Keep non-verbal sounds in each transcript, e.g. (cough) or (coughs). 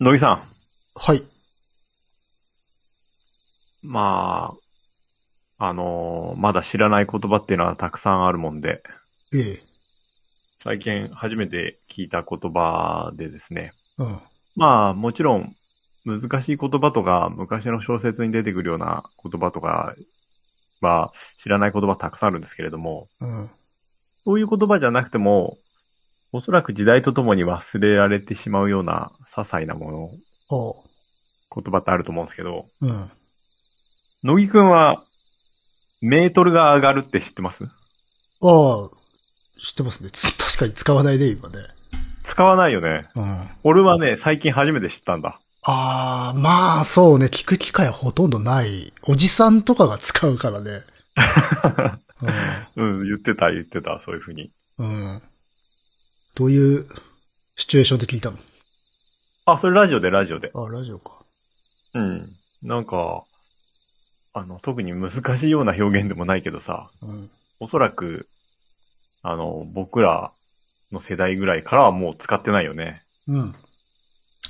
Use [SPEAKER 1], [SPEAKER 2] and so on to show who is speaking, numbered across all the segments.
[SPEAKER 1] 野木さ
[SPEAKER 2] はい。
[SPEAKER 1] ん。まあ、あのーまだ知らない言葉っていうのはたくさんあるもんで、
[SPEAKER 2] ええ。
[SPEAKER 1] 最近初めて聞いた言葉でですね。
[SPEAKER 2] うん。
[SPEAKER 1] まあ、もちろん、難しい言葉とか、昔の小説に出てくるような言葉とかは、知らない言葉たくさんあるんですけれども、
[SPEAKER 2] うん。
[SPEAKER 1] そういう言葉じゃなくても、おそらく時代とともに忘れられてしまうような些細なもの、
[SPEAKER 2] おう。
[SPEAKER 1] 言葉ってあると思うんですけど、
[SPEAKER 2] うん。
[SPEAKER 1] 野木くんは、メートルが上がるって知ってます
[SPEAKER 2] ああ、知ってますね。つ (laughs) 確かに使わないね、今ね。
[SPEAKER 1] 使わないよね。
[SPEAKER 2] うん。あ
[SPEAKER 1] 俺はね、最近初めて知ったんだ。
[SPEAKER 2] あ、まあ、そうね。聞く機会はほとんどない。おじさんとかが使うからね。
[SPEAKER 1] うん、言ってた、言ってた、そういうふうに。
[SPEAKER 2] うん。うん。どういうシチュエーションで聞いたの
[SPEAKER 1] あ、それラジオで、ラジオで。
[SPEAKER 2] ああ、ラジオか。
[SPEAKER 1] うん。なんか、あの、特に難しいような表現でもないけどさ、
[SPEAKER 2] うん。
[SPEAKER 1] おそらく、あの、僕らの世代ぐらいからはもう使ってないよね。
[SPEAKER 2] うん。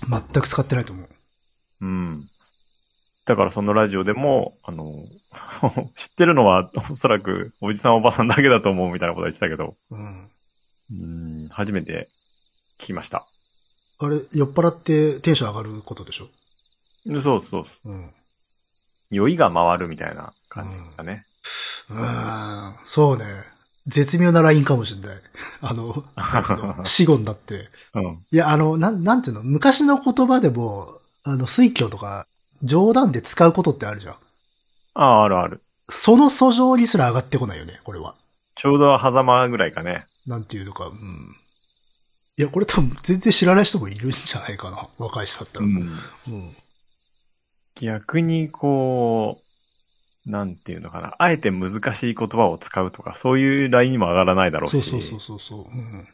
[SPEAKER 2] 全く使ってないと思う。
[SPEAKER 1] うん。だからそのラジオでも、あの、 (laughs) 知ってるのはおそらくおじさんおばさんだけだと思うみたいなことは言ってたけど、
[SPEAKER 2] うん。
[SPEAKER 1] うん、初めて聞きました。
[SPEAKER 2] あれ、酔っ払ってテンション上がることでしょ
[SPEAKER 1] そうそうそう。
[SPEAKER 2] うん。
[SPEAKER 1] 酔いが回るみたいな感じだね。
[SPEAKER 2] うんそうね。絶妙なラインかもしれない。あの、死後になって。
[SPEAKER 1] うん。
[SPEAKER 2] いや、あの、なん、なんていうの、昔の言葉でも、あの、水教とか、冗談で使うことってあるじゃん。
[SPEAKER 1] ああ、あるある。
[SPEAKER 2] その訴状にすら上がってこないよね、これは。
[SPEAKER 1] ちょうど狭間ぐらいかね。
[SPEAKER 2] なんていうのか、うん。いや、これ多分全然知らない人もいるんじゃないかな、若い人だったら。うん。
[SPEAKER 1] 逆にこう、なんていうのかな。あえて難しい言葉を使うとか、そういうラインにも上がらないだろう
[SPEAKER 2] そ
[SPEAKER 1] し。
[SPEAKER 2] うそうそうそうそう。うん。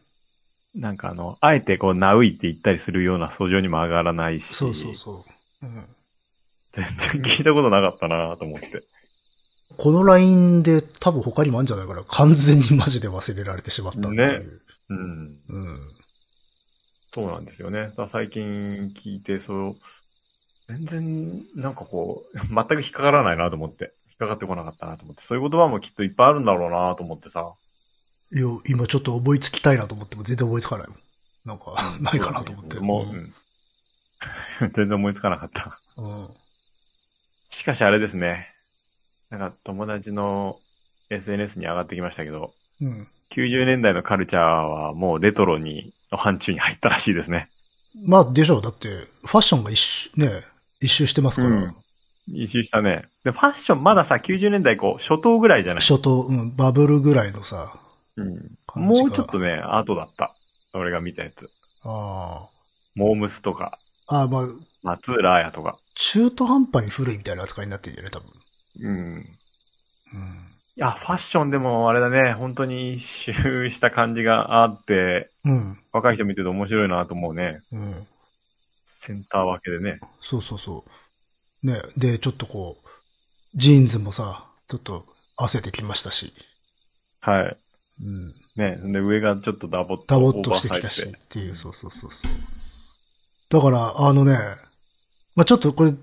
[SPEAKER 1] なんかあの、あえてこう、ナウイって言ったりするような素性にも上がらないし。
[SPEAKER 2] そうそうそう。うん。
[SPEAKER 1] 全然聞いたことなかったなと思って。
[SPEAKER 2] このラインで多分他にもあるんじゃないかな。完全にマジで忘れられてしまったっていう。
[SPEAKER 1] ねうん。
[SPEAKER 2] うん。
[SPEAKER 1] そうなんですよね。だから最近聞いて、そう、全然、なんかこう、全く引っかからないなと思って。引っかかってこなかったなと思って。そういう言葉もきっといっぱいあるんだろうなと思ってさ。
[SPEAKER 2] いや、今ちょっと思いつきたいなと思っても全然思いつかないもん。なんか、 (laughs) ないかなと思って。
[SPEAKER 1] もう、
[SPEAKER 2] う
[SPEAKER 1] う
[SPEAKER 2] ん
[SPEAKER 1] ん (laughs) 全然思いつかなかった。
[SPEAKER 2] うん。
[SPEAKER 1] しかしあれですね。なんか友達の SNS に上がってきましたけど、
[SPEAKER 2] うん。
[SPEAKER 1] 90年代のカルチャーはもうレトロに、の範疇に入ったらしいですね。
[SPEAKER 2] まあ、でしょう。だって、ファッションが一周、ね、一周してますから。
[SPEAKER 1] うん一周したね。で、ファッションまださ、90年代こう、初頭ぐらいじゃない
[SPEAKER 2] 初頭、うん、バブルぐらいのさ、
[SPEAKER 1] うん。
[SPEAKER 2] 感じが
[SPEAKER 1] もうちょっと。ね、後だった。俺が見たやつ。
[SPEAKER 2] あ
[SPEAKER 1] モームスとか、
[SPEAKER 2] あ。ああ、まあ、
[SPEAKER 1] 松浦彩とか。
[SPEAKER 2] 中途半端に古いみたいな扱いになってるんじゃない多分。
[SPEAKER 1] うん。
[SPEAKER 2] うん。
[SPEAKER 1] いや、ファッションでもあれだね、本当に一周した感じがあって、
[SPEAKER 2] うん。
[SPEAKER 1] 若い人見てて面白いなと思うね。
[SPEAKER 2] うん。
[SPEAKER 1] センター分けでね。
[SPEAKER 2] そうそうそう。ね、で、ちょっとこう、ジーンズもさ、ちょっと、汗てきましたし。
[SPEAKER 1] はい。
[SPEAKER 2] うん。
[SPEAKER 1] ね。で、上がちょっとダボっと。
[SPEAKER 2] ダボっとしてきたし
[SPEAKER 1] オーバーサイズ
[SPEAKER 2] っ
[SPEAKER 1] で。
[SPEAKER 2] ていう、そうそうそうそう。だから、あのね、まあ、ちょっとこれ、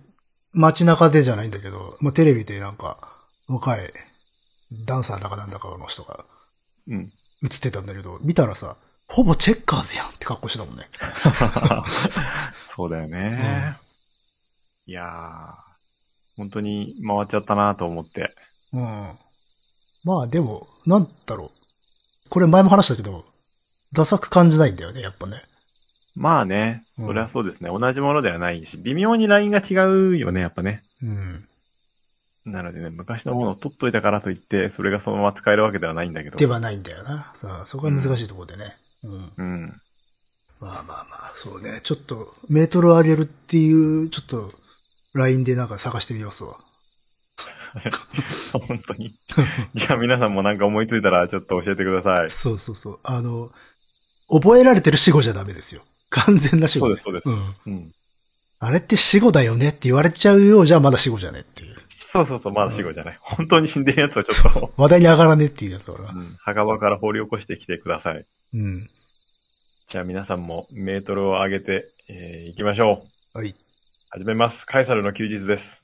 [SPEAKER 2] 街中でじゃないんだけど、まあ、テレビでなんか、若い、ダンサーだかなんだかの人が
[SPEAKER 1] うん。
[SPEAKER 2] 映ってたんだけど、見たらさ、ほぼチェッカーズやんって格好してたもんね。 (laughs)
[SPEAKER 1] そうだよね。いやー、本当に回っちゃったなと思って。
[SPEAKER 2] うん。まあでも、なんだろう。これ前も話したけど、ダサく感じないんだよね、やっぱね。
[SPEAKER 1] まあね、
[SPEAKER 2] うん
[SPEAKER 1] それはそうですね。同じものではないし、微妙にラインが違うよね、やっぱね。
[SPEAKER 2] うん。
[SPEAKER 1] なのでね、昔のものを取っといたからといって、それがそのまま使えるわけではないんだけど。
[SPEAKER 2] ではないんだよな。さあ、そこが難しいところでね。うん
[SPEAKER 1] うん。
[SPEAKER 2] まあまあまあ、そうね。ちょっと、メートル上げるっていう、ちょっと、ラインでなんか探してみますわ。
[SPEAKER 1] 本当に。 (laughs) じゃあ皆さんもなんか思いついたらちょっと教えてください。
[SPEAKER 2] そうそうそう。あの、覚えられてる死語じゃダメですよ。完全な死語。
[SPEAKER 1] そうです、そうです。
[SPEAKER 2] うん。
[SPEAKER 1] うん。
[SPEAKER 2] あれって死語だよねって言われちゃうようじゃまだ死語じゃねっていう。
[SPEAKER 1] そうそうそう、まだ死後じゃない。本当に死んでるやつはちょっと、
[SPEAKER 2] 話題に上がらねっていうやつだから。
[SPEAKER 1] うん墓場から掘り起こしてきてください。
[SPEAKER 2] うん。
[SPEAKER 1] じゃあ皆さんもメートルを上げて、えー、いきましょう。
[SPEAKER 2] はい。
[SPEAKER 1] 始めます。カエサルの休日です。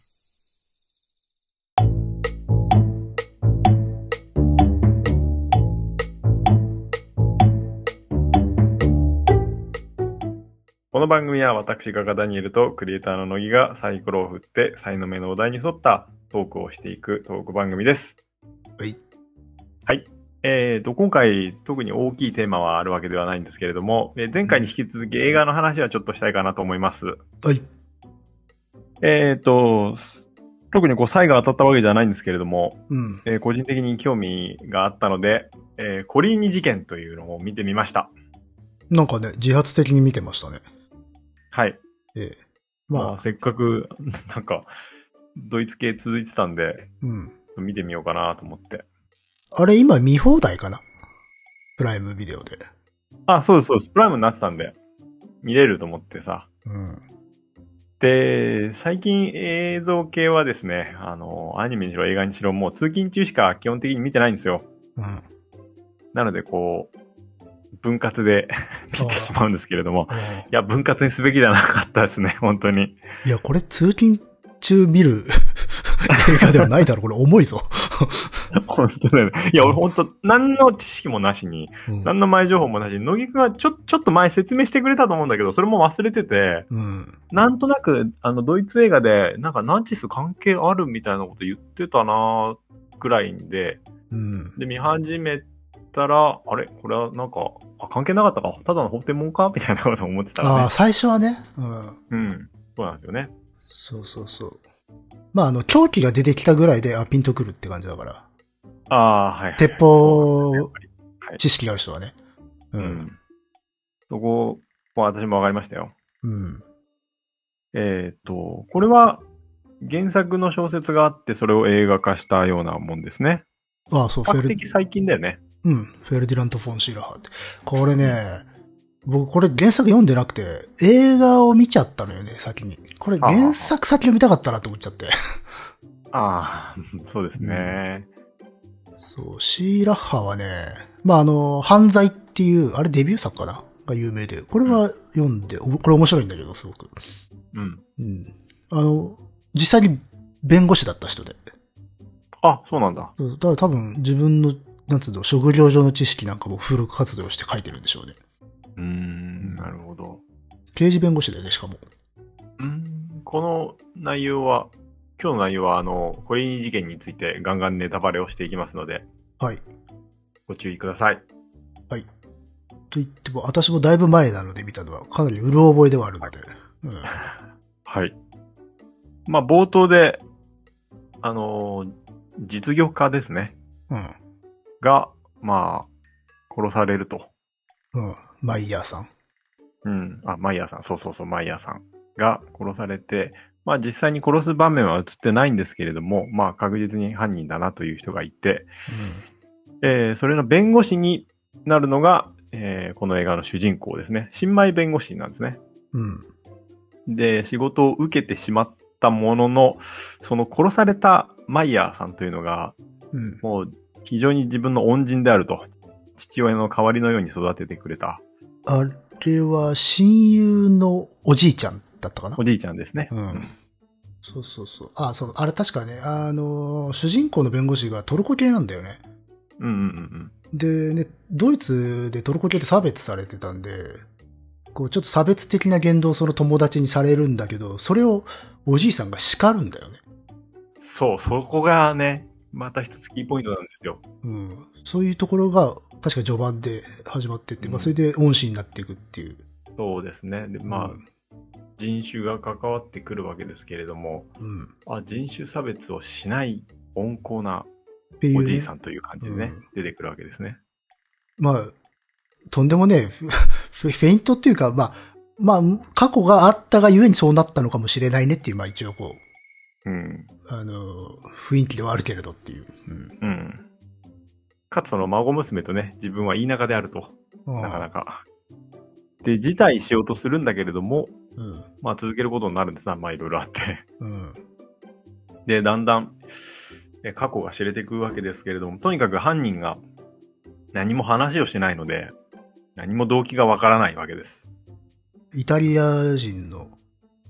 [SPEAKER 1] この番組は私画家ダニエルとクリエイターの乃木がサイコロを振って才の目のお題に沿ったトークをしていくトーク番組です。
[SPEAKER 2] はい。
[SPEAKER 1] はい。えー、と、今回特に大きいテーマはあるわけではないんですけれども、えー前回に引き続き映画の話はちょっとしたいかなと思います。
[SPEAKER 2] はい。
[SPEAKER 1] えっ、と、特にこう、才が当たったわけじゃないんですけれども、
[SPEAKER 2] うん。
[SPEAKER 1] えー個人的に興味があったので、えーコリーニ事件というのを見てみました。
[SPEAKER 2] なんかね、自発的に見てましたね。
[SPEAKER 1] はい。
[SPEAKER 2] ええ。
[SPEAKER 1] まあ、
[SPEAKER 2] まあ、
[SPEAKER 1] せっかく、 (laughs) なんか、ドイツ系続いてたんで、
[SPEAKER 2] うん。
[SPEAKER 1] 見てみようかなと思って。
[SPEAKER 2] あれ今見放題かなプライムビデオで。
[SPEAKER 1] あ、そうです、そうです。プライムになってたんで、見れると思ってさ。
[SPEAKER 2] うん。
[SPEAKER 1] で、最近映像系はですね、あの、アニメにしろ映画にしろ、もう通勤中しか基本的に見てないんですよ。
[SPEAKER 2] うん。
[SPEAKER 1] なので、こう、分割で (laughs) 見てしまうんですけれども、いや、分割にすべきじゃなかったですね、 (laughs) 本当に。
[SPEAKER 2] いや、これ通勤中見る (laughs) 映画ではないだろ。これ重いぞ。
[SPEAKER 1] 本当だよね。いや、俺本当、何の知識もなしに、
[SPEAKER 2] うん。
[SPEAKER 1] 何の前情報もなしに、乃木くんがちょ、ちょっと前説明してくれたと思うんだけど、それも忘れてて、
[SPEAKER 2] うん。
[SPEAKER 1] なんとなく、あの、ドイツ映画で、なんかナチス関係あるみたいなこと言ってたなくらいんで、
[SPEAKER 2] うん。
[SPEAKER 1] で、見始めたら、あれこれはなんか、あ、関係なかったかただの法廷もんかみたいなこと思ってたら
[SPEAKER 2] ああ、
[SPEAKER 1] ね。
[SPEAKER 2] 最初はね。うん。
[SPEAKER 1] うん。そうなんですよね。
[SPEAKER 2] そうそうそう。まあ、あの、狂気が出てきたぐらいで、あ、ピンとくるって感じだから。
[SPEAKER 1] ああ、はいはい、
[SPEAKER 2] 鉄
[SPEAKER 1] そう
[SPEAKER 2] 砲
[SPEAKER 1] なんですねやっぱり
[SPEAKER 2] 知識がある人はね。う。
[SPEAKER 1] うんん。そこ、まあ私もわかりましたよ。
[SPEAKER 2] うん。
[SPEAKER 1] えっ、と、これは原作の小説があって、それを映画化したようなもんですね。
[SPEAKER 2] ああ、そう、
[SPEAKER 1] 比
[SPEAKER 2] フェ
[SPEAKER 1] 較
[SPEAKER 2] ル、
[SPEAKER 1] 的最近だよね。
[SPEAKER 2] うん。フェルディラント・フォン・シーラハーって。これね、僕これ原作読んでなくて、映画を見ちゃったのよね、先に。これ
[SPEAKER 1] ああ
[SPEAKER 2] 原作先を見たかったなと思っちゃって。
[SPEAKER 1] ああ、 (laughs) そうですね。
[SPEAKER 2] そう、シーラッハはね、まあ、あの、犯罪っていう、あれデビュー作かなが有名で、これは読んで、おこれ面白いんだけど、すごく。
[SPEAKER 1] うん。
[SPEAKER 2] うん。あの、実際に弁護士だった人で。
[SPEAKER 1] あ、そうなんだ。
[SPEAKER 2] そうだから多分自分の、なんつうの、職業上の知識なんかも付録活動して書いてるんでしょうね。
[SPEAKER 1] うーん、なるほど。
[SPEAKER 2] 刑事弁護士だよね、しかも。
[SPEAKER 1] うーん、この内容は、今日の内容は、あの、コリーニ事件についてガンガンネタバレをしていきますので、
[SPEAKER 2] はい。
[SPEAKER 1] ご注意ください。
[SPEAKER 2] と言っても、私もだいぶ前なので見たのは、かなりうる覚えではあるので。うん。
[SPEAKER 1] はい。まあ、冒頭で、あのー実業家ですね。
[SPEAKER 2] うん。
[SPEAKER 1] が、まあ、殺されると。
[SPEAKER 2] うん。マイヤーさん。
[SPEAKER 1] うん。あ、マイヤーさん。そうそうそう、マイヤーさんが殺されて、まあ実際に殺す場面は映ってないんですけれども、まあ確実に犯人だなという人がいて、えーそれの弁護士になるのが、えーこの映画の主人公ですね。新米弁護士なんですね。
[SPEAKER 2] うん。うん。
[SPEAKER 1] で、仕事を受けてしまったものの、その殺されたマイヤーさんというのが、
[SPEAKER 2] うん。
[SPEAKER 1] もう非常に自分の恩人であると。父親の代わりのように育ててくれた
[SPEAKER 2] あれは、親友のおじいちゃんだったかな
[SPEAKER 1] おじいちゃんですね。
[SPEAKER 2] うん。そうそうそう。あ、そう、あれ確かね、あのー、主人公の弁護士がトルコ系なんだよね。
[SPEAKER 1] うんうんうん
[SPEAKER 2] で、ね、ドイツでトルコ系って差別されてたんで、こう、ちょっと差別的な言動をその友達にされるんだけど、それをおじいさんが叱るんだよね。
[SPEAKER 1] うん。そう、そこがね、また一つキーポイントなんですよ。
[SPEAKER 2] うん。そういうところが、確か序盤で始まってって、ま
[SPEAKER 1] う
[SPEAKER 2] あ、
[SPEAKER 1] ん
[SPEAKER 2] それで恩師になっていくっていう。
[SPEAKER 1] そうですね。で、まあ、
[SPEAKER 2] うん
[SPEAKER 1] 人種が関わってくるわけですけれども、
[SPEAKER 2] うん。
[SPEAKER 1] あ人種差別をしない温厚な
[SPEAKER 2] っていうね、
[SPEAKER 1] おじいさんという感じでね、
[SPEAKER 2] うん
[SPEAKER 1] 出てくるわけですね。
[SPEAKER 2] まあ、とんでもねえ、 (laughs) フェフェイントっていうか、まあ、まあ、過去があったがゆえにそうなったのかもしれないねっていう、まあ一応こう、
[SPEAKER 1] うん。
[SPEAKER 2] あのー、雰囲気ではあるけれどっていう。うん。
[SPEAKER 1] うん。かつその孫娘とね、自分は言い仲であると、なかなか。で、辞退しようとするんだけれども、
[SPEAKER 2] うん。
[SPEAKER 1] まあ続けることになるんですな、まあいろいろあって。 (laughs)
[SPEAKER 2] うん。
[SPEAKER 1] で、だんだん、え過去が知れていくわけですけれども、とにかく犯人が何も話をしないので、何も動機がわからないわけです。
[SPEAKER 2] イタリア人の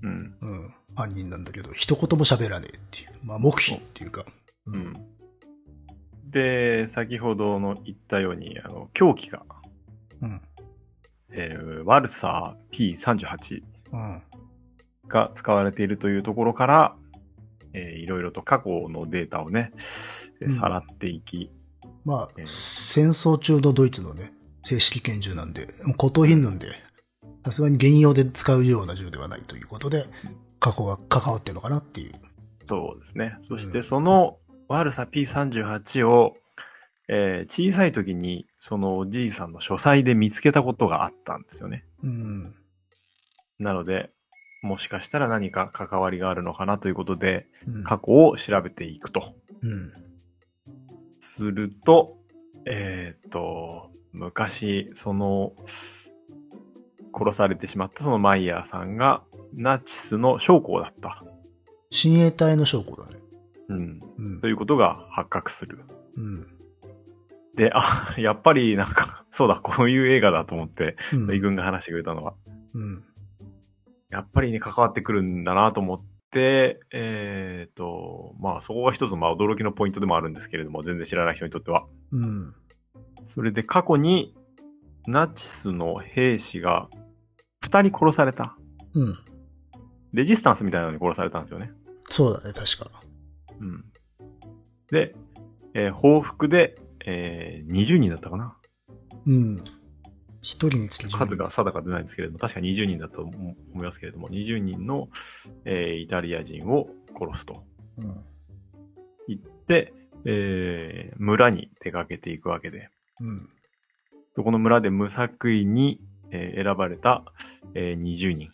[SPEAKER 1] うん。
[SPEAKER 2] うん、犯人なんだけど、一言も喋らねえっていう、まあ、黙秘っていうか、う
[SPEAKER 1] う。ん。で、先ほどの言ったように、あの、凶器が、
[SPEAKER 2] うん。
[SPEAKER 1] えーワルサー P38
[SPEAKER 2] うん。
[SPEAKER 1] が使われているというところから、えーいろいろと過去のデータをね、えー
[SPEAKER 2] うん
[SPEAKER 1] さらっていき、
[SPEAKER 2] まあ、
[SPEAKER 1] ええ
[SPEAKER 2] 戦争中のドイツのね、正式拳銃なんで、もう骨董品なんで、さすがに現用で使うような銃ではないということで、過去が関わってるのかなっていう。
[SPEAKER 1] そうですね。そし
[SPEAKER 2] う
[SPEAKER 1] て
[SPEAKER 2] ん
[SPEAKER 1] その悪さ P38 を、えー小さい時にそのおじいさんの書斎で見つけたことがあったんですよね。
[SPEAKER 2] うん。
[SPEAKER 1] なので、もしかしたら何か関わりがあるのかなということで、
[SPEAKER 2] うん。
[SPEAKER 1] 過去を調べていくと。
[SPEAKER 2] うん。
[SPEAKER 1] すると、えーっと、昔、その、殺されてしまったそのマイヤーさんが、ナチスの将校だった。
[SPEAKER 2] 親衛隊の証拠だね。
[SPEAKER 1] うん。
[SPEAKER 2] うん
[SPEAKER 1] と。いうことが発覚する。
[SPEAKER 2] うん。
[SPEAKER 1] で、あ、やっぱりなんか、そうだ、こういう映画だと思って、
[SPEAKER 2] うん
[SPEAKER 1] 大軍が話してくれたのは、
[SPEAKER 2] うん。
[SPEAKER 1] やっぱりね、関わってくるんだなと思って、えっ、と、まあ、そこが一つの、まあ、驚きのポイントでもあるんですけれども、全然知らない人にとっては。
[SPEAKER 2] うん。
[SPEAKER 1] それで過去に、ナチスの兵士が、二人殺された。
[SPEAKER 2] うん。
[SPEAKER 1] レジスタンスみたいなのに殺されたんですよね。
[SPEAKER 2] そうだね、確か。
[SPEAKER 1] うん。で、えー報復で、えー20人だったかな。
[SPEAKER 2] うん。一人につき10
[SPEAKER 1] 数。が定かでないんですけれども、確か20人だと思いますけれども、20人の、えーイタリア人を殺すと
[SPEAKER 2] うん。
[SPEAKER 1] 言って、えー村に出かけていくわけで、
[SPEAKER 2] うん。
[SPEAKER 1] そこの村で無作為に、えー選ばれた、えー20人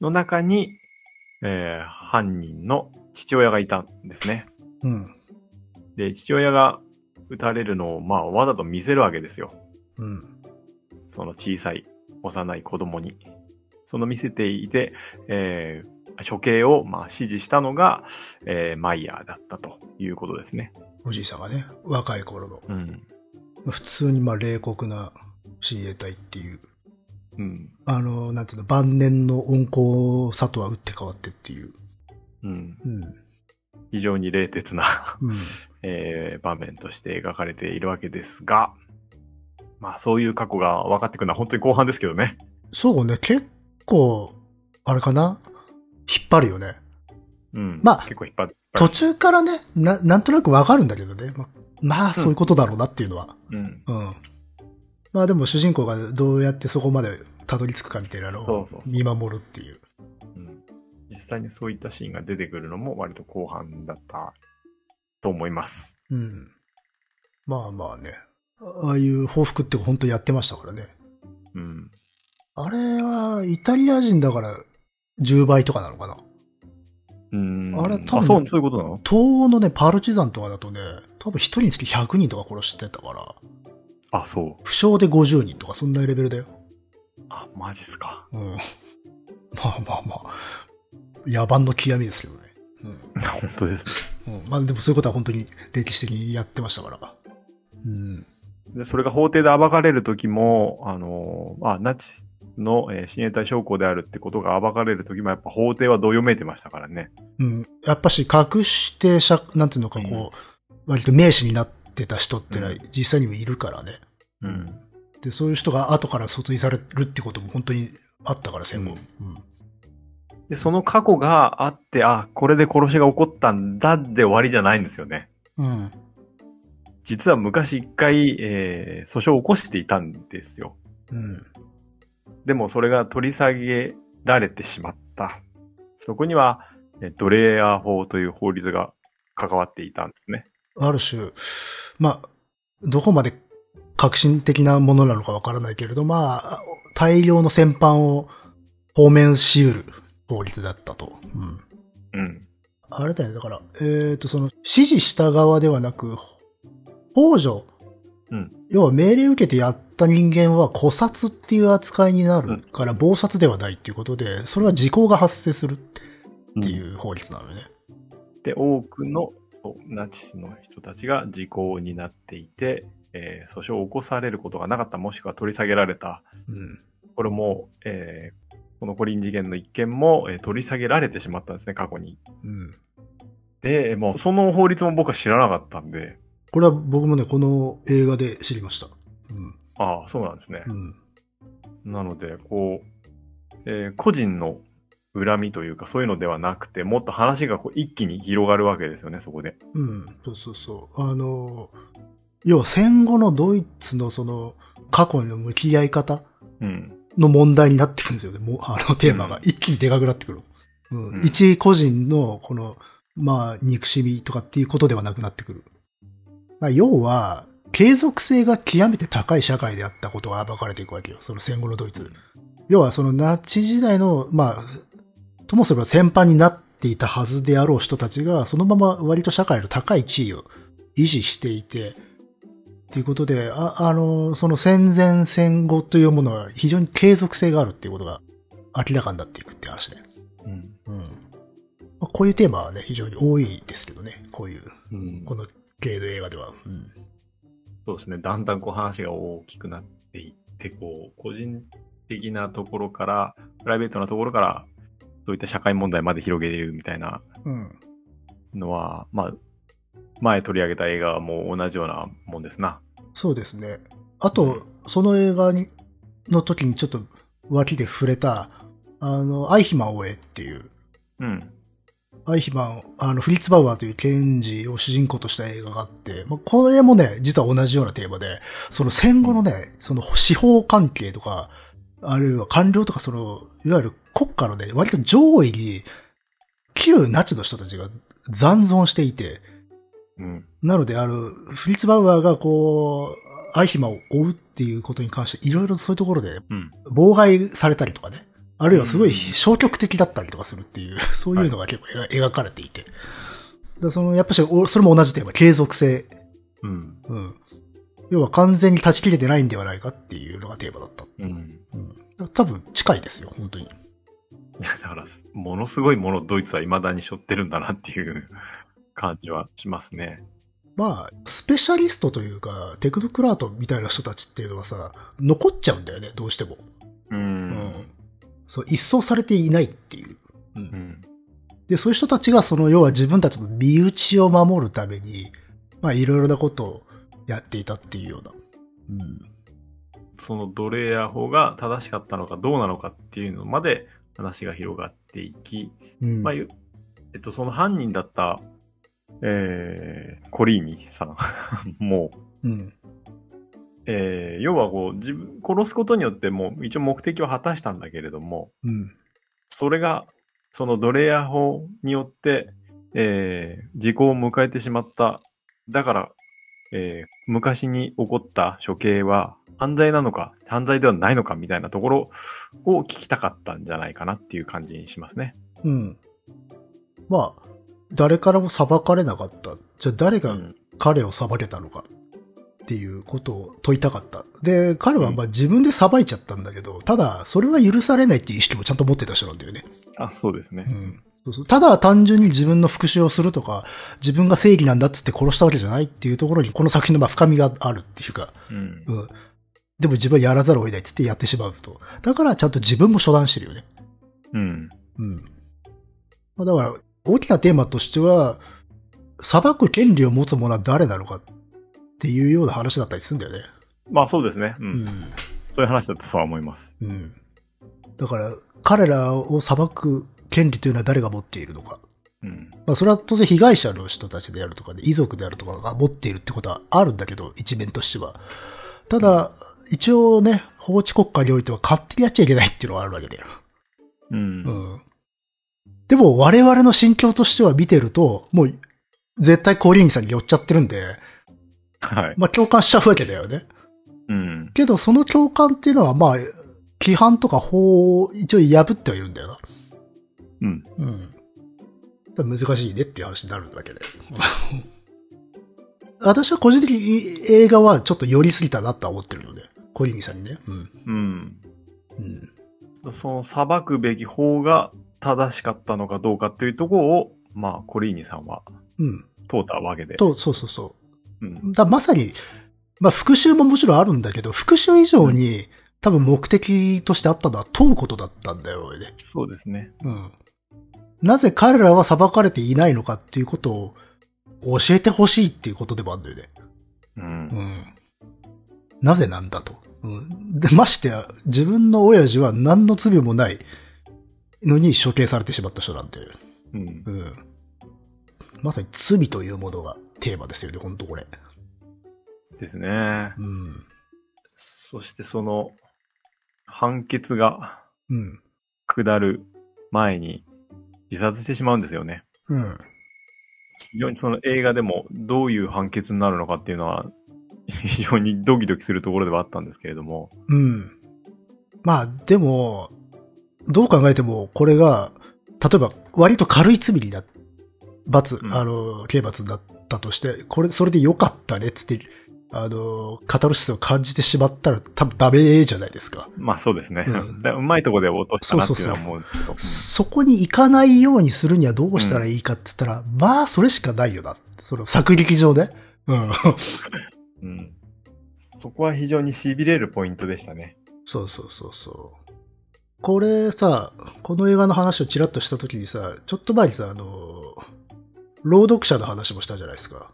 [SPEAKER 1] の中に、えー犯人の父親がいたんですね。
[SPEAKER 2] うん。
[SPEAKER 1] で、父親が撃たれるのを、まあ、わざと見せるわけですよ。
[SPEAKER 2] うん。
[SPEAKER 1] その小さい幼い子供に。その見せていて、えー処刑をまあ指示したのが、えーマイヤーだったということですね。
[SPEAKER 2] おじいさんがね、若い頃の。
[SPEAKER 1] うん。
[SPEAKER 2] 普通にまあ冷酷な親衛隊っていう。
[SPEAKER 1] うん。
[SPEAKER 2] あの、なんていうの、晩年の温厚さとは打って変わってっていう。
[SPEAKER 1] うん。
[SPEAKER 2] うん。
[SPEAKER 1] 非常に冷徹な、 (laughs)
[SPEAKER 2] うん。
[SPEAKER 1] えー場面として描かれているわけですが、まあそういう過去が分かってくるのは本当に後半ですけどね。
[SPEAKER 2] そうね、結構、あれかな引っ張るよね。
[SPEAKER 1] うん。
[SPEAKER 2] まあ
[SPEAKER 1] 結構引っ張って。
[SPEAKER 2] 途中からね、な、なんとなくわかるんだけどね。ま、まあ、そういうことだろうなっていうのは。
[SPEAKER 1] うん。
[SPEAKER 2] うん。まあでも主人公がどうやってそこまでたどり着くかみたいなの
[SPEAKER 1] そう
[SPEAKER 2] を
[SPEAKER 1] そうそう
[SPEAKER 2] 見守るってい
[SPEAKER 1] う
[SPEAKER 2] う。
[SPEAKER 1] ん実際にそういったシーンが出てくるのも割と後半だったと思います。
[SPEAKER 2] うん。まあまあね。ああいう報復って本当やってましたからね。
[SPEAKER 1] うん。
[SPEAKER 2] あれは、イタリア人だから10倍とかなのかな
[SPEAKER 1] うん
[SPEAKER 2] あれ多分
[SPEAKER 1] そう、そういうことなの
[SPEAKER 2] 東欧のね、パルチザンとかだとね、多分一人につき100人とか殺してたから、
[SPEAKER 1] あ、そう。
[SPEAKER 2] 負傷で50人とかそんなレベルだよ。
[SPEAKER 1] あ、マジっすか。
[SPEAKER 2] うん。 (laughs) まあまあまあ、野蛮の極みですけどね。
[SPEAKER 1] (laughs) 本当です。
[SPEAKER 2] うん。まあでもそういうことは本当に歴史的にやってましたから。うん。
[SPEAKER 1] で、それが法廷で暴かれる時も、あのーあ、ナチの、えー親衛隊将校であるってことが暴かれる時も、やっぱ法廷はどよめいてましたからね。
[SPEAKER 2] うん。やっぱし隠してしゃ、なんていうのかこう、割と名手になってた人ってのは
[SPEAKER 1] うん
[SPEAKER 2] 実際にもいるからね。
[SPEAKER 1] うん。
[SPEAKER 2] で、そういう人が後から訴追されるってことも本当にあったから、戦後。うん。
[SPEAKER 1] で、その過去があって、あ、これで殺しが起こったんだで終わりじゃないんですよね。
[SPEAKER 2] うん。
[SPEAKER 1] 実は昔一回、えー訴訟を起こしていたんですよ。
[SPEAKER 2] うん。
[SPEAKER 1] でもそれが取り下げられてしまった。そこには、えードレーヤー法という法律が関わっていたんですね。
[SPEAKER 2] ある種、まあ、どこまで革新的なものなのかわからないけれど、まあ、大量の戦犯を方面し得る法律だったと。うん。
[SPEAKER 1] うん。
[SPEAKER 2] あれだよね、だから、えっ、と、その、指示した側ではなく、法助、
[SPEAKER 1] うん
[SPEAKER 2] 要は命令受けてやった人間は古殺っていう扱いにな
[SPEAKER 1] うん
[SPEAKER 2] るから、謀殺ではないっていうことで、それは時効が発生するっ
[SPEAKER 1] って
[SPEAKER 2] て
[SPEAKER 1] い。
[SPEAKER 2] いうう法律なのよね。
[SPEAKER 1] で、多くのそうナチスの人たちが時効になっていて、えー訴訟を起こされることがなかった、もしくは取り下げられた。
[SPEAKER 2] うん。
[SPEAKER 1] これも、えーこのコリン事件の一件も、えー取り下げられてしまったんですね、過去に。
[SPEAKER 2] うん。
[SPEAKER 1] で、もうその法律も僕は知らなかったんで、
[SPEAKER 2] これは僕もね、この映画で知りました。う
[SPEAKER 1] ああ、そうなんですね。
[SPEAKER 2] ん。うん。
[SPEAKER 1] なので、こう、えー個人の恨みというか、そういうのではなくて、もっと話がこう一気に広がるわけですよね、そこで。
[SPEAKER 2] うん。そうそうそう。あの、要は戦後のドイツのその、過去の向き合い方
[SPEAKER 1] うん。
[SPEAKER 2] の問題になってくるんですよね。もう、あのテーマが。一気にでかくなってくる。うん。
[SPEAKER 1] うん
[SPEAKER 2] 一個人の、この、まあ、憎しみとかっていうことではなくなってくる。まあ、要は、継続性が極めて高い社会であったことが暴かれていくわけよ。その戦後のドイツ。要は、そのナチ時代の、まあ、ともすれば先般になっていたはずであろう人たちが、そのまま割と社会の高い地位を維持していて、ということで、あ、あの、その戦前戦後というものは非常に継続性があるっていうことが明らかになっていくっていう話ね。
[SPEAKER 1] うん。
[SPEAKER 2] うん。まあ、こういうテーマはね、非常に多いですけどね。こういう、
[SPEAKER 1] うん
[SPEAKER 2] この系の映画では。うん。
[SPEAKER 1] そうですね。だんだんこう話が大きくなっていって、こう、個人的なところから、プライベートなところから、そういった社会問題まで広げるみたいな
[SPEAKER 2] うん。
[SPEAKER 1] のは、まあ、前取り上げた映画も同じようなもんですな。
[SPEAKER 2] そうですね。あと、その映画にの時にちょっと脇で触れた、あの、アイヒマン・オエっていう、
[SPEAKER 1] うん。
[SPEAKER 2] アイヒマン、あの、フリッツ・バウアーという検事を主人公とした映画があって、まあ、これもね、実は同じようなテーマで、その戦後のね、その司法関係とか、あるいは官僚とか、その、いわゆる国家のね、割と上位に、旧ナチの人たちが残存していて、
[SPEAKER 1] うん。
[SPEAKER 2] なので、あの、フリッツ・バウアーがこう、アイヒマンを追うっていうことに関して、いろいろそういうところで
[SPEAKER 1] うん。
[SPEAKER 2] 妨害されたりとかね。あるいはすご
[SPEAKER 1] う
[SPEAKER 2] い
[SPEAKER 1] ん
[SPEAKER 2] 消極的だったりとかするっていう、 (laughs) そういうのが結構描描かれていて。だからその、やっぱし、おそれも同じテーマ、継続性。
[SPEAKER 1] うん。
[SPEAKER 2] うん。要は完全に断ち切れてないんではないかっていうのがテーマだった。
[SPEAKER 1] うん。
[SPEAKER 2] うん。だから多分近いですよ、本当に。
[SPEAKER 1] いや、だから、ものすごいものをドイツは未だに背負ってるんだなっていう感じはしますね。
[SPEAKER 2] まあ、スペシャリストというか、テクノクラートみたいな人たちっていうのはさ、残っちゃうんだよね、どうしても。
[SPEAKER 1] う。
[SPEAKER 2] うんそう、一掃されていないっていう。うん
[SPEAKER 1] うん。
[SPEAKER 2] で、そういう人たちが、その、要は自分たちの身内を守るために、まあ、いろいろなことをやっていたっていうような。
[SPEAKER 1] その奴隷や法が正しかったのかどうなのかっていうのまで話が広がっていき、
[SPEAKER 2] うん。うん。
[SPEAKER 1] まあ、ゆえっと、その犯人だった、えー、コリーニさん (laughs) も、
[SPEAKER 2] うん。
[SPEAKER 1] えー、要はこう、自分、殺すことによってもう一応目的を果たしたんだけれども、
[SPEAKER 2] うん。
[SPEAKER 1] それが、その奴隷や法によって、えー、時効を迎えてしまった。だから、えー昔に起こった処刑は犯罪なのか、犯罪ではないのかみたいなところを聞きたかったんじゃないかなっていう感じにしますね。
[SPEAKER 2] うん。まあ、誰からも裁かれなかった。じゃあ、誰
[SPEAKER 1] う
[SPEAKER 2] が彼を裁けたのかっていうことを問いたかった。で、彼はまあ自分で裁いちゃったんだけど、ただ、それは許されないっていう意識もちゃんと持ってた人なんだよね。
[SPEAKER 1] あ、そうです
[SPEAKER 2] う
[SPEAKER 1] ね。
[SPEAKER 2] んそうそうただ単純に自分の復讐をするとか、自分が正義なんだっつって殺したわけじゃないっていうところに、この作品のまあ深みがあるっていうか、
[SPEAKER 1] うん。
[SPEAKER 2] うん。でも自分はやらざるを得ないっつってやってしまうと。だからちゃんと自分も処断してるよね。
[SPEAKER 1] うん。
[SPEAKER 2] うん。まあだから、大きなテーマとしては、裁く権利を持つ者は誰なのかっていうような話だったりするんだよね。
[SPEAKER 1] まあそうですね。うん。
[SPEAKER 2] うん。
[SPEAKER 1] そういう話だとそうは思います。
[SPEAKER 2] うん。だから、彼らを裁く権利というのは誰が持っているのか。
[SPEAKER 1] うん。
[SPEAKER 2] まあ、それは当然被害者の人たちであるとかね、遺族であるとかが持っているってことはあるんだけど、一面としては。ただ、一応ね、法治国家においては勝手にやっちゃいけないっていうのはあるわけだよ。
[SPEAKER 1] うん。
[SPEAKER 2] うん。でも、我々の心境としては見てると、もう、絶対コーリーニさんに寄っちゃってるんで、
[SPEAKER 1] はい。
[SPEAKER 2] まあ共感しちゃうわけだよね。
[SPEAKER 1] うん。
[SPEAKER 2] けど、その共感っていうのは、まあ、規範とか法を一応破ってはいるんだよな。
[SPEAKER 1] うん。
[SPEAKER 2] うん。難しいねっていう話になるわけで。 (laughs) 私は個人的に映画はちょっと寄りすぎたなとは思ってるので、コリニさんにね。うん。
[SPEAKER 1] うん。
[SPEAKER 2] うん。
[SPEAKER 1] その裁くべき方が正しかったのかどうかっていうところを、まあ、コリーニさんは
[SPEAKER 2] うん。
[SPEAKER 1] 問うたわけで。
[SPEAKER 2] と、そうそうそうう。
[SPEAKER 1] ん、
[SPEAKER 2] だまさに、まあ復讐ももちろんあるんだけど、復讐以上に多分目的としてあったのは問うことだったんだよ、ね。
[SPEAKER 1] そうですね。
[SPEAKER 2] うん。なぜ彼らは裁かれていないのかっていうことを教えてほしいっていうことでもあるんだよね。
[SPEAKER 1] うん
[SPEAKER 2] う。ん。なぜなんだと。うん。で、ましてや、自分の親父は何の罪もないのに処刑されてしまった人なんで。
[SPEAKER 1] うん。
[SPEAKER 2] うん。まさに罪というものがテーマですよね、ほんとこれ。
[SPEAKER 1] ですね。
[SPEAKER 2] うん。
[SPEAKER 1] そしてその、判決が
[SPEAKER 2] うん。
[SPEAKER 1] 下る前に自殺してしまうんですよね。
[SPEAKER 2] うん。
[SPEAKER 1] 非常にその映画でもどういう判決になるのかっていうのは非常にドキドキするところではあったんですけれども。
[SPEAKER 2] うん。まあ、でも、どう考えても、これが、例えば、割と軽い罪になっ、罰、
[SPEAKER 1] うん
[SPEAKER 2] あの、刑罰だったとして、これ、それで良かったねっつって、あの、カタルシスを感じてしまったら、多分ダメじゃないですか。
[SPEAKER 1] まあそうですね。
[SPEAKER 2] う
[SPEAKER 1] うん (laughs) うまいとこで落としたなっていうのは思うんですけど。
[SPEAKER 2] そこに行かないようにするにはどうしたらいいかって言ったら、まあ、それしかないよな。その、作劇上ね。うん。
[SPEAKER 1] うんうんそこは非常に痺れるポイントでしたね。
[SPEAKER 2] そうそうそうそう。これさ、この映画の話をちらっとした時にさ、ちょっと前にさ、あの、朗読者の話もしたじゃないですか。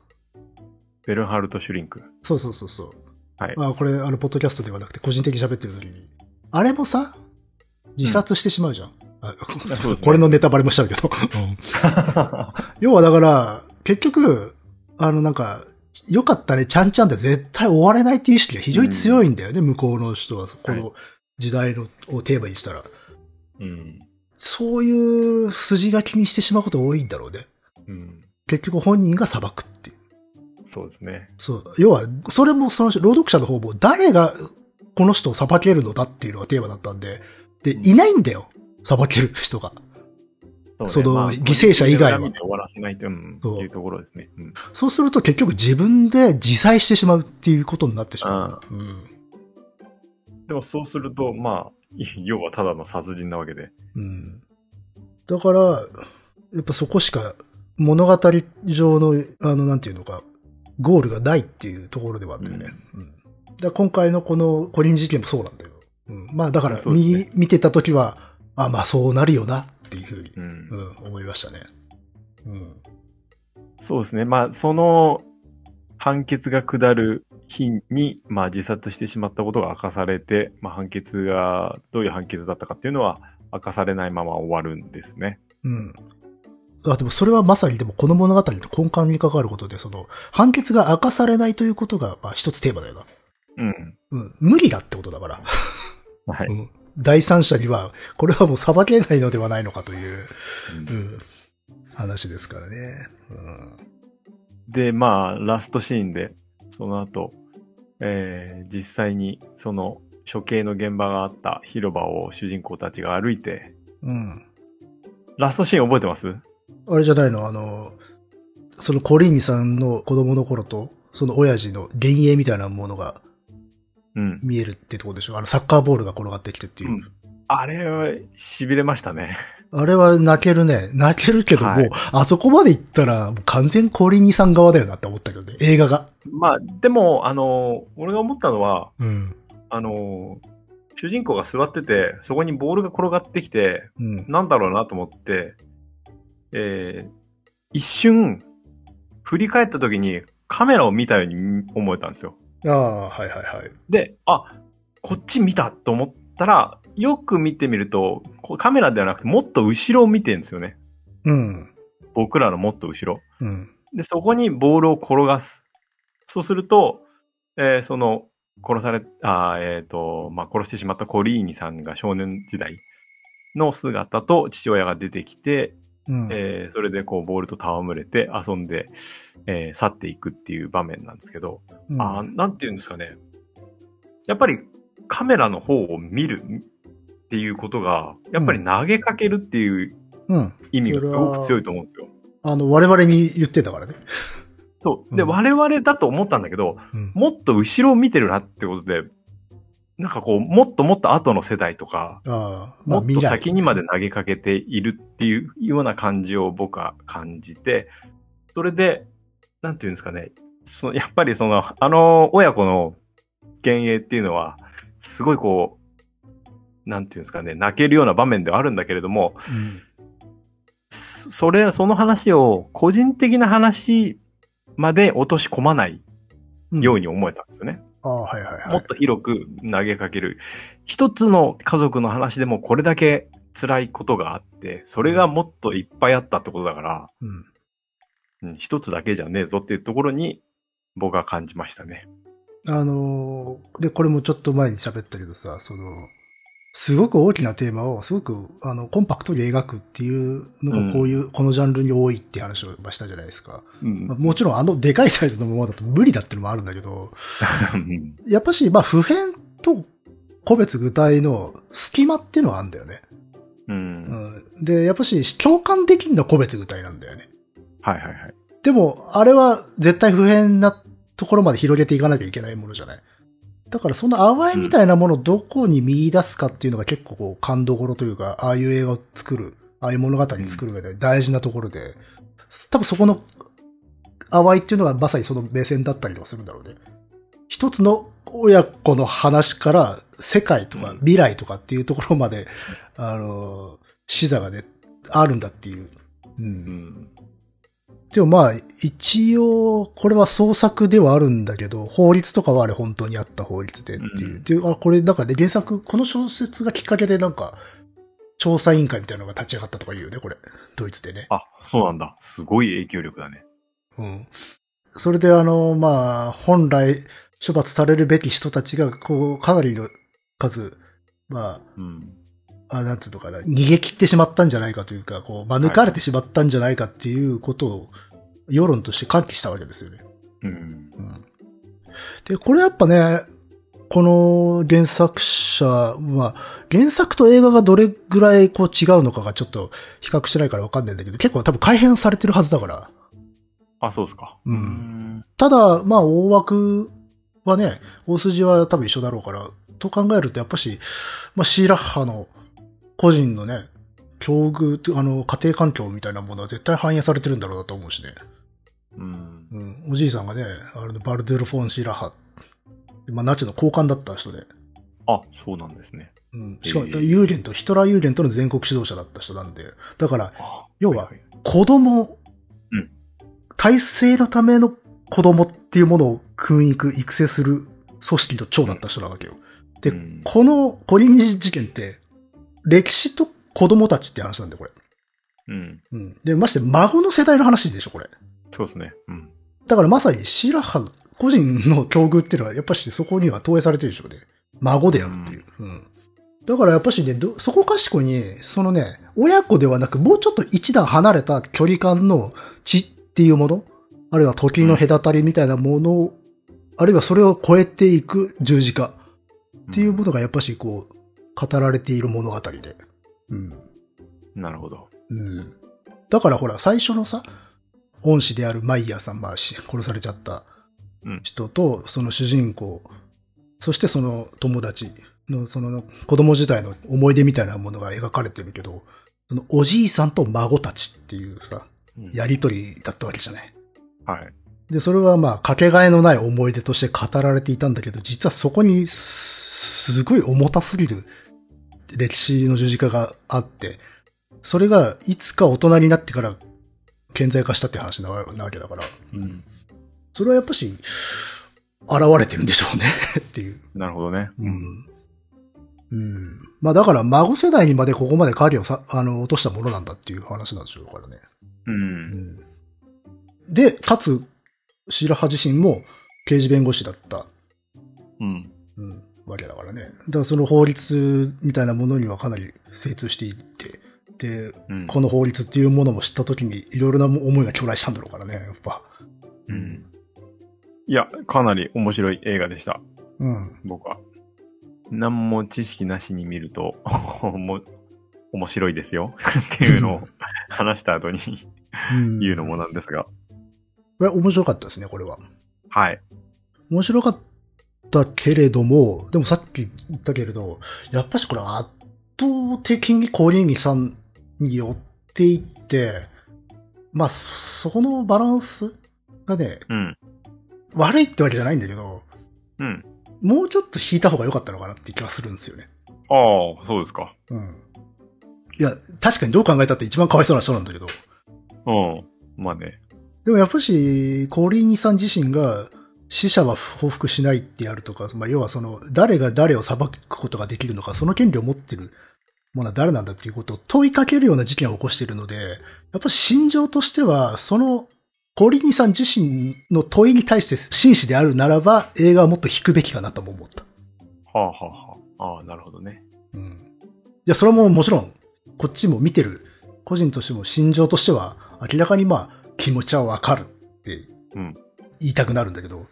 [SPEAKER 1] ベルンハルト・シュリン
[SPEAKER 2] (laughs)
[SPEAKER 1] ク。
[SPEAKER 2] そうそうそうそう。
[SPEAKER 1] はい
[SPEAKER 2] まあこれ、あの、ポッドキャストではなくて、個人的に喋ってる時に。あれもさ、自殺してしまうじゃん。あそうそう
[SPEAKER 1] そうですね
[SPEAKER 2] これのネタバレもしたけど。 (laughs) 要はだから、結局、あの、なんか、よかったね、ちゃんちゃんで絶対終われないっていう意識が非常に強いんだよね、向こうの人は。この時代の、をテーマにしたら。
[SPEAKER 1] うん。
[SPEAKER 2] そういう筋書きにしてしまうこと多いんだろうね。
[SPEAKER 1] うん。
[SPEAKER 2] 結局本人が裁くっていう。
[SPEAKER 1] そうですね。
[SPEAKER 2] そう。要は、それもその朗読者の方も誰がこの人を裁けるのだっていうのがテーマだったんで、で、
[SPEAKER 1] うん
[SPEAKER 2] いないんだよ。裁ける人が。
[SPEAKER 1] そうね
[SPEAKER 2] その
[SPEAKER 1] まあ
[SPEAKER 2] 犠牲者以外は
[SPEAKER 1] 恨みで終わらせないとうんって
[SPEAKER 2] そう
[SPEAKER 1] いうところですね。うん。
[SPEAKER 2] そうすると結局自分で自裁してしまうっていうことになってしまう。うん。
[SPEAKER 1] でもそうすると、まあ、 (laughs) 要はただの殺人なわけで。
[SPEAKER 2] うん。だから、やっぱそこしか物語上の、あの、なんていうのか、ゴールがないっていうところではあるんだよね。うんだから今回のこの個人事件もそうなんだよ。うん、まあだから
[SPEAKER 1] そうです
[SPEAKER 2] 見,、
[SPEAKER 1] ね
[SPEAKER 2] 見てた時は、あまあそうなるよなっていうふうに、
[SPEAKER 1] うん
[SPEAKER 2] うん思いましたね。うん。
[SPEAKER 1] そうですね。まあ、その判決が下る日に、まあ、自殺してしまったことが明かされて、まあ、判決が、どういう判決だったかっていうのは明かされないまま終わるんですね。
[SPEAKER 2] うん。あでもそれはまさにでもこの物語の根幹に関わることで、その判決が明かされないということが、まあ一つテーマだよな。
[SPEAKER 1] うん。
[SPEAKER 2] うん。無理だってことだから。
[SPEAKER 1] はい。
[SPEAKER 2] うん第三者には、これはもう裁けないのではないのかという、うん、話ですからね。うん。
[SPEAKER 1] で、まあ、ラストシーンで、その後、えー実際に、その、処刑の現場があった広場を主人公たちが歩いて、
[SPEAKER 2] うん。
[SPEAKER 1] ラストシーン覚えてます
[SPEAKER 2] あれじゃないのあの、そのコリーニさんの子供の頃と、その親父の幻影みたいなものが
[SPEAKER 1] うん。
[SPEAKER 2] 見えるってとこでしょあのサッカーボールが転がってきてっていう。
[SPEAKER 1] うんあれは、痺れましたね。
[SPEAKER 2] あれは泣けるね。泣けるけども、
[SPEAKER 1] はい
[SPEAKER 2] あそこまで行ったら、もう完全コリーニさん側だよなって思ったけどね。映画が。
[SPEAKER 1] まあ、でも、あの、俺が思ったのは、
[SPEAKER 2] うん。
[SPEAKER 1] あのー主人公が座ってて、そこにボールが転がってきて、
[SPEAKER 2] うん。
[SPEAKER 1] なんだろうなと思って、えー一瞬、振り返った時にカメラを見たように思えたんですよ。
[SPEAKER 2] ああ、はいはいはい。
[SPEAKER 1] で、あ、こっち見たと思ったら、よく見てみると、こうカメラではなくてもっと後ろを見てるんですよね。
[SPEAKER 2] うん。
[SPEAKER 1] 僕らのもっと後ろ。
[SPEAKER 2] うん。
[SPEAKER 1] で、そこにボールを転がす。そうすると、えーその、殺され、あーえっ、と、まあ、殺してしまったコリーニさんが少年時代の姿と父親が出てきて、
[SPEAKER 2] うん。
[SPEAKER 1] えーそれでこうボールと戯れて遊んで、えー去っていくっていう場面なんですけど、
[SPEAKER 2] うん
[SPEAKER 1] あーなんて言うんですかね。やっぱりカメラの方を見るっていうことが、やっぱり投げかけるっていう
[SPEAKER 2] うん。
[SPEAKER 1] 意味がすごく強いと思うんですよ。
[SPEAKER 2] あの、我々に言ってたからね。
[SPEAKER 1] そう。で、
[SPEAKER 2] うん
[SPEAKER 1] 我々だと思ったんだけど、
[SPEAKER 2] うん。
[SPEAKER 1] もっと後ろを見てるなってことで、なんかこう、もっともっと後の世代とか、
[SPEAKER 2] ああ、
[SPEAKER 1] も
[SPEAKER 2] まあ
[SPEAKER 1] っと
[SPEAKER 2] 未来。
[SPEAKER 1] 先にまで投げかけているっていうような感じを僕は感じて、それで、なんていうんですかね、そのやっぱりその、あの親子の幻影っていうのは、すごいこう、なんていうんですかね、泣けるような場面ではあるんだけれども、そそれ、その話を個人的な話まで落とし込まない
[SPEAKER 2] うん。
[SPEAKER 1] よう
[SPEAKER 2] に。
[SPEAKER 1] に思えたんですよね。
[SPEAKER 2] ああ、はいはいはい。
[SPEAKER 1] もっと広く投げかける。一つの家族の話でもこれだけ辛いことがあって、それがもっといっぱいあったってことだから、
[SPEAKER 2] うん。
[SPEAKER 1] うん、一つだけじゃねえぞっていうところに僕は感じましたね。
[SPEAKER 2] あのーで、これもちょっと前に喋ったけどさ、その、すごく大きなテーマをすごくあのコンパクトに描くっていうの
[SPEAKER 1] うん
[SPEAKER 2] がこういう、このジャンルに多いって話をしたじゃないですか。
[SPEAKER 1] うん
[SPEAKER 2] まあ、もちろんあのでかいサイズのままだと無理だってのもあるんだけど、
[SPEAKER 1] うん
[SPEAKER 2] やっぱし、まあ普遍と個別具体の隙間っていうのはあるんだよね。
[SPEAKER 1] うん
[SPEAKER 2] うん、で、やっぱし共感できるのは個別具体なんだよね。
[SPEAKER 1] はいはいはい。
[SPEAKER 2] でも、あれは絶対不変なところまで広げていかなきゃいけないものじゃない。だからその淡いみたいなものをどこに見出すかっていうのが結構こう感動ごろというか、ああいう映画を作る、ああいう物語を作る上で大事なところで、多分そこの淡いっていうのがまさにその目線だったりとかするんだろうね。一つの親子の話から世界とか
[SPEAKER 1] うん
[SPEAKER 2] 未来とかっていうところまで、あの、視座がね、あるんだっていう。うん
[SPEAKER 1] うん
[SPEAKER 2] でもまあ、一応、これは創作ではあるんだけど、法律とかはあれ本当にあった法律でっていう。
[SPEAKER 1] うん
[SPEAKER 2] で、あ、これなんかね、原作、この小説がきっかけでなんか、調査委員会みたいなのが立ち上がったとか言うよね、これ。ドイツでね。
[SPEAKER 1] あ、そうなんだ。すごい影響力だね。
[SPEAKER 2] うん。それであの、まあ、本来処罰されるべき人たちが、こう、かなりの数、ま
[SPEAKER 1] うん。
[SPEAKER 2] あ、あなんつうのかな、逃げ切ってしまったんじゃないかというか、こう、免れてしまったんじゃないかっていうことを、世論として喚起したわけですよね。
[SPEAKER 1] うん。
[SPEAKER 2] で、これやっぱね、この原作者は、原作と映画がどれぐらいこう違うのかがちょっと比較してないからわかんないんだけど、結構多分改編されてるはずだから。
[SPEAKER 1] あ、そうですか。
[SPEAKER 2] うん
[SPEAKER 1] ん。
[SPEAKER 2] ただ、まあ大枠はね、大筋は多分一緒だろうから、と考えるとやっぱし、まあシーラッハの個人のね、境遇と、あの、家庭環境みたいなものは絶対反映されてるんだろうなと思うしね。
[SPEAKER 1] うん。
[SPEAKER 2] うん、おじいさんがね、あのバルドゥルフォン・シーラッハ、まあナチの高官だった人で、
[SPEAKER 1] あ、そうなんですね。
[SPEAKER 2] うん、しかも、
[SPEAKER 1] ええ
[SPEAKER 2] ユーレンと、ヒトラー・ユーレンとの全国指導者だった人なんで、だから、
[SPEAKER 1] あ
[SPEAKER 2] 要はい
[SPEAKER 1] い
[SPEAKER 2] 子供、
[SPEAKER 1] うん
[SPEAKER 2] 体制のための子供っていうものを訓育、育成する組織の長だった人なわけよ。で
[SPEAKER 1] うん
[SPEAKER 2] このコリニジ事件って、歴史と子供たちって話なんだよ、これ。
[SPEAKER 1] うん。
[SPEAKER 2] うん。で、まして、孫の世代の話でしょ、これ。
[SPEAKER 1] そうですね。うん。
[SPEAKER 2] だからまさにシーラッハ個人の境遇っていうのはやっぱしそこには投影されてるでしょうね。孫でやるっていう。うんだからやっぱしね、どそこかしこに、そのね、親子ではなくもうちょっと一段離れた距離感の血っていうもの、あるいは時の隔たりみたいなものを、あるいはそれを超えていく十字架っていうものがやっぱしこう、語られている物語で。うん。
[SPEAKER 1] なるほど。
[SPEAKER 2] うん。だからほら、最初のさ、恩師であるマイヤーさん、まあ、し殺されちゃった
[SPEAKER 1] うん
[SPEAKER 2] 人と、その主人公、そしてその友達の、その子供時代の思い出みたいなものが描かれてるけど、そのおじいさんと孫たちっていうさ、
[SPEAKER 1] うん
[SPEAKER 2] やりとりだったわけじゃない。
[SPEAKER 1] はい。
[SPEAKER 2] で、それはまあ、かけがえのない思い出として語られていたんだけど、実はそこにす、すごい重たすぎる歴史の十字架があって、それがいつか大人になってから顕在化したって話なわなわけだから、
[SPEAKER 1] うん。
[SPEAKER 2] それはやっぱし、現れてるんでしょうね (laughs) っていう。
[SPEAKER 1] なるほどね。
[SPEAKER 2] うん。うん。まあだから孫世代にまでここまで影をさ、あの、落としたものなんだっていう話なんでしょうからね。
[SPEAKER 1] うん。
[SPEAKER 2] で、かつ、白羽自身も刑事弁護士だった、
[SPEAKER 1] うん。
[SPEAKER 2] うん、わけだからね。だからその法律みたいなものにはかなり精通していって、で、
[SPEAKER 1] うん。
[SPEAKER 2] この法律っていうものも知ったときにいろいろな思いが去来したんだろうからね、やっぱ。
[SPEAKER 1] うん。いや、かなり面白い映画でした。
[SPEAKER 2] うん。
[SPEAKER 1] 僕は。何も知識なしに見ると、 (laughs) おも面白いですよ。 (laughs) っていうのを話した後に (laughs)
[SPEAKER 2] うん。
[SPEAKER 1] 言うのもなんですが。
[SPEAKER 2] これ面白かったですね、これは。
[SPEAKER 1] はい。
[SPEAKER 2] 面白かったけれども、でもさっき言ったけれど、やっぱしこれ圧倒的にコリンギさんに寄っていって、まあ、そこのバランスがね、
[SPEAKER 1] うん。
[SPEAKER 2] 悪いってわけじゃないんだけど、
[SPEAKER 1] うん。
[SPEAKER 2] もうちょっと引いた方が良かったのかなって気がするんですよね。
[SPEAKER 1] ああ、そうですか。
[SPEAKER 2] うん。いや、確かにどう考えたって一番かわいそうな人なんだけど。
[SPEAKER 1] うん。まあね。
[SPEAKER 2] でもやっぱし、コリーニさん自身が死者は報復しないってやるとか、まあ、要はその、誰が誰を裁くことができるのか、その権利を持ってるものは誰なんだっていうことを問いかけるような事件を起こしているので、やっぱ心情としては、その、コリーニさん自身の問いに対して真摯であるならば、映画はもっと引くべきかなとも思った。
[SPEAKER 1] はあはあはあ。ああ、なるほどね。
[SPEAKER 2] うん。いや、それももちろん、こっちも見てる、個人としても心情としては、明らかにまあ、気持ちはわかるって
[SPEAKER 1] うん
[SPEAKER 2] 言いたくなるんだけど、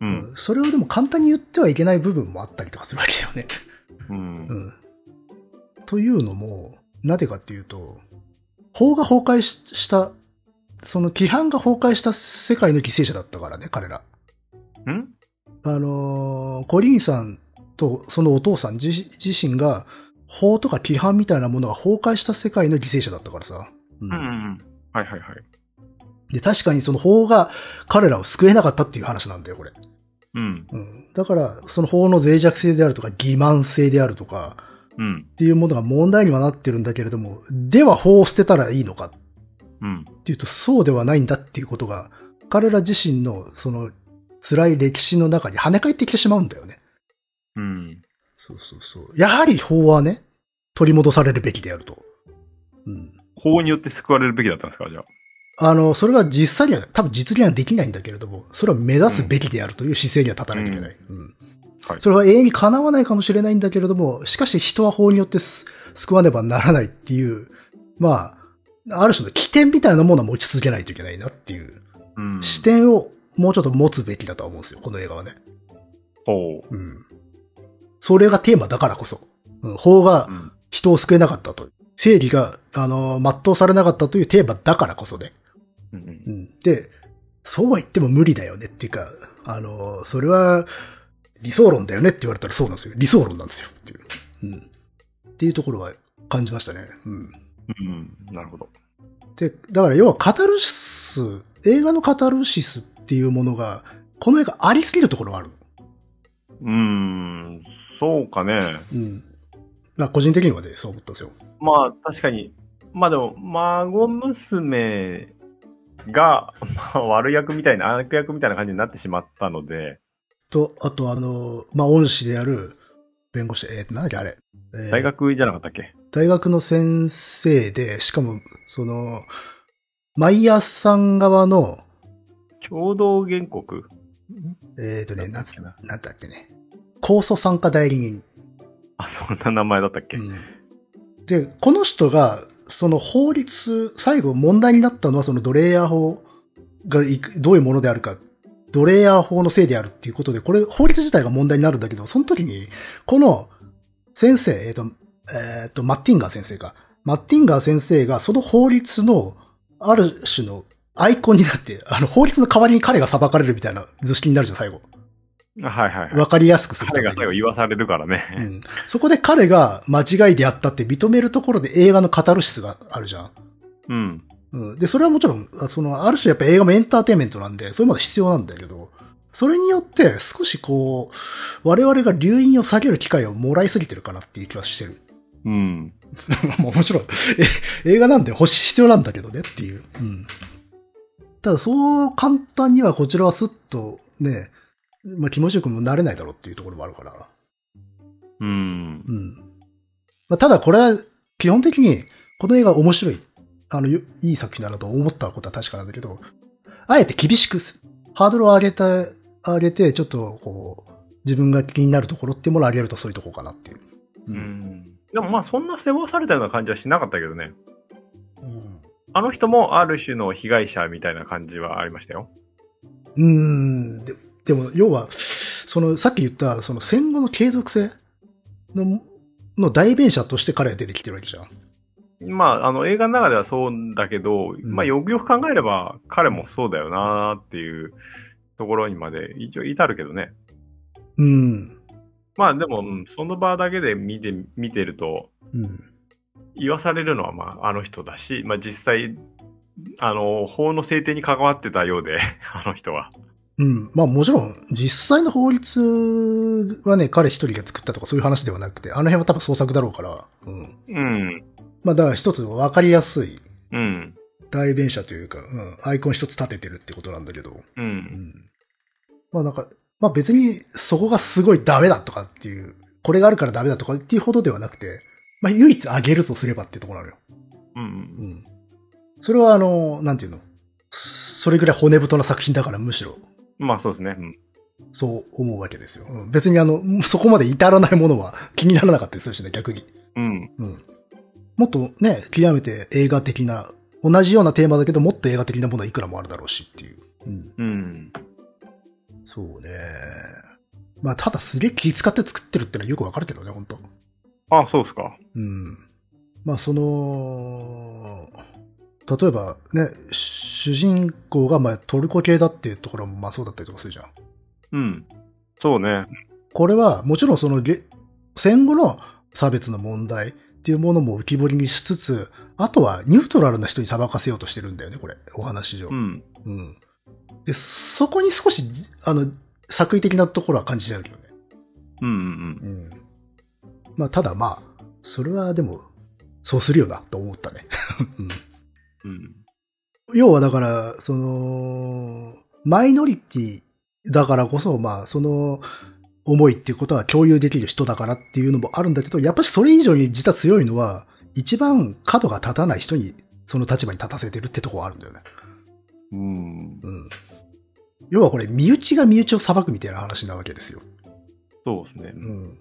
[SPEAKER 1] うん。
[SPEAKER 2] それをでも簡単に言ってはいけない部分もあったりとかするわけよね。
[SPEAKER 1] うん。
[SPEAKER 2] うん。というのも、なぜかっていうと、法が崩壊しした、その規範が崩壊した世界の犠牲者だったからね、彼ら。
[SPEAKER 1] うん
[SPEAKER 2] あのーコリンさんとそのお父さん自自身が、法とか規範みたいなものが崩壊した世界の犠牲者だったからさ。うん
[SPEAKER 1] うんうん。はいはいはい。
[SPEAKER 2] で、確かにその法が彼らを救えなかったっていう話なんだよ、これ。
[SPEAKER 1] うん。
[SPEAKER 2] うん。だから、その法の脆弱性であるとか、欺瞞性であるとか、
[SPEAKER 1] うん。
[SPEAKER 2] っていうものが問題にはなってるんだけれども、では法を捨てたらいいのかっ
[SPEAKER 1] うん。
[SPEAKER 2] ていうと、そうではないんだっていうことが、彼ら自身の、その、辛い歴史の中に跳ね返ってきてしまうんだよね。
[SPEAKER 1] うん。
[SPEAKER 2] そうそうそう。やはり法はね、取り戻されるべきであると。うん。
[SPEAKER 1] 法によって救われるべきだったんですかじゃあ。
[SPEAKER 2] あの、それが実際には、多分実現はできないんだけれども、それは目指すべきであるという姿勢には立たなきゃいけない。うん。
[SPEAKER 1] はい
[SPEAKER 2] それは永遠に叶わないかもしれないんだけれども、しかし人は法によってす救わねばならないっていう、まあ、ある種の起点みたいなものは持ち続けないといけないなっていう
[SPEAKER 1] うん。
[SPEAKER 2] 視点をもうちょっと持つべきだとは思うんですよ、この映画はね。
[SPEAKER 1] ほ
[SPEAKER 2] うん。それがテーマだからこそ。うん、法が
[SPEAKER 1] う。うん。
[SPEAKER 2] 人を救えなかったと。正義が、あの、全うされなかったというテーマだからこそね。
[SPEAKER 1] うん
[SPEAKER 2] う。ん。で、そうは言っても無理だよねっていうか、あの、それは理想論だよねって言われたらそうなんですよ。理想論なんですよっていう。うん。っていうところは感じましたね。うん。
[SPEAKER 1] うん。なるほど。
[SPEAKER 2] で、だから要はカタルシス、映画のカタルシスっていうものが、この映画ありすぎるところがあるの。
[SPEAKER 1] うーん。そうかね。
[SPEAKER 2] うん。まあ個人的にはね、そう思ったんですよ。
[SPEAKER 1] まあ確かに、まあでも、孫娘が、 (laughs) まあ、悪役みたいな、悪役みたいな感じになってしまったので、
[SPEAKER 2] と、あとあの、まあ恩師である弁護士、えー、なんだっけあれ。えー
[SPEAKER 1] 大学じゃなかったっけ、
[SPEAKER 2] 大学の先生で、しかも、その、マイヤーさん側の、
[SPEAKER 1] 共同原告
[SPEAKER 2] えっ、ー、とね、
[SPEAKER 1] なだ
[SPEAKER 2] なんん
[SPEAKER 1] っけ
[SPEAKER 2] つ
[SPEAKER 1] な
[SPEAKER 2] なんだっけね。控訴参加代理人。
[SPEAKER 1] あ、そんな名前だったっけ、
[SPEAKER 2] うんで、この人が、その法律、最後問題になったのは、そのドレイヤー法がいくどういうものであるか、ドレイヤー法のせいであるっていうことで、これ法律自体が問題になるんだけど、その時に、この先生、えっ、と、えっ、と、マッティンガー先生か。マッティンガー先生が、その法律の、ある種のアイコンになって、あの、法律の代わりに彼が裁かれるみたいな図式になるじゃん、最後。
[SPEAKER 1] はいはいはい。
[SPEAKER 2] わかりやすくするた
[SPEAKER 1] 彼
[SPEAKER 2] めに
[SPEAKER 1] が最後言わされるからね。
[SPEAKER 2] うんそこで彼が間違いであったって認めるところで映画のカタルシスがあるじゃん。
[SPEAKER 1] うん。
[SPEAKER 2] うん、で、それはもちろん、あその、ある種やっぱ映画もエンターテインメントなんで、そういうものは必要なんだけど、それによって少しこう、我々が留飲を下げる機会をもらいすぎてるかなっていう気はしてる。
[SPEAKER 1] うん。
[SPEAKER 2] (laughs) もうもちろん、え映画なんで欲し必要なんだけどねっていう。うん。ただ、そう簡単にはこちらはスッとね、まあ気持ちよくもなれないだろうっていうところもあるから。
[SPEAKER 1] うん。
[SPEAKER 2] うん。まあ、ただこれは基本的にこの映画面白い、あの、よいい作品だなと思ったことは確かなんだけど、あえて厳しくす、ハードルを上げた、上げて、ちょっとこう、自分が気になるところっていうものを上げるとそういうところかなっていう。う
[SPEAKER 1] う。ん。でもまあそんな世話されたような感じはしなかったけどね。
[SPEAKER 2] うん
[SPEAKER 1] あの人もある種の被害者みたいな感じはありましたよ。
[SPEAKER 2] うーん、ででも、要は、その、さっき言った、その戦後の継続性の、の代弁者として彼は出てきてるわけじゃん。
[SPEAKER 1] まあ、あの映画の中ではそうだけど、
[SPEAKER 2] ん
[SPEAKER 1] まあよくよく考えれば彼もそうだよなーっていうところにまで一応至るけどね。
[SPEAKER 2] うん。
[SPEAKER 1] まあでも、うんその場だけで見て、見てると、
[SPEAKER 2] うん。
[SPEAKER 1] 言わされるのはまああの人だし、 (laughs) まあ実際、あの、法の制定に関わってたようで、あの人は。
[SPEAKER 2] うん。まあもちろん、実際の法律はね、彼一人が作ったとかそういう話ではなくて、あの辺は多分創作だろうから、うん。
[SPEAKER 1] うん。
[SPEAKER 2] まあだから一つ分かりやすい
[SPEAKER 1] うん。
[SPEAKER 2] 代弁者というか、うん、アイコン一つ立ててるってことなんだけど、
[SPEAKER 1] う。
[SPEAKER 2] うんん。まあなんか、まあ別にそこがすごいダメだとかっていう、これがあるからダメだとかっていうほどではなくて、まあ唯一あげるとすればってところなのよ。
[SPEAKER 1] う。
[SPEAKER 2] うんん。それはあの、なんていうのそれぐらい骨太な作品だからむしろ、
[SPEAKER 1] まあそうですね。うん
[SPEAKER 2] そう思うわけですよ。うん別にあの、そこまで至らないものは (laughs) 気にならなかったりするしね、逆に。
[SPEAKER 1] うん。
[SPEAKER 2] うん。もっとね、極めて映画的な、同じようなテーマだけど、もっと映画的なものはいくらもあるだろうしっていう。うん。
[SPEAKER 1] うん。
[SPEAKER 2] そうね。まあ、ただすげえ気使って作ってるってのはよくわかるけどね、本当
[SPEAKER 1] あ、そうですか。
[SPEAKER 2] うん。まあ、その、例えばね、主人公がまあトルコ系だっていうところもまあそうだったりとかするじゃん。
[SPEAKER 1] うん。そうね。
[SPEAKER 2] これはもちろんそのげ戦後の差別の問題っていうものも浮き彫りにしつつ、あとはニュートラルな人に裁かせようとしてるんだよね、これ、お話上。
[SPEAKER 1] うん。
[SPEAKER 2] うんで、そこに少し、あの、作為的なところは感じちゃうけどね。
[SPEAKER 1] うんうん
[SPEAKER 2] うん。まあ、ただまあ、それはでも、そうするよな、と思ったね。うん
[SPEAKER 1] うん。うん。
[SPEAKER 2] 要はだから、その、マイノリティだからこそ、まあ、その、思いっていうことは共有できる人だからっていうのもあるんだけど、やっぱりそれ以上に実は強いのは、一番角が立たない人に、その立場に立たせてるってとこはあるんだよね。
[SPEAKER 1] うん。
[SPEAKER 2] うん。要はこれ、身内が身内を裁くみたいな話なわけですよ。
[SPEAKER 1] そうですね。
[SPEAKER 2] うん。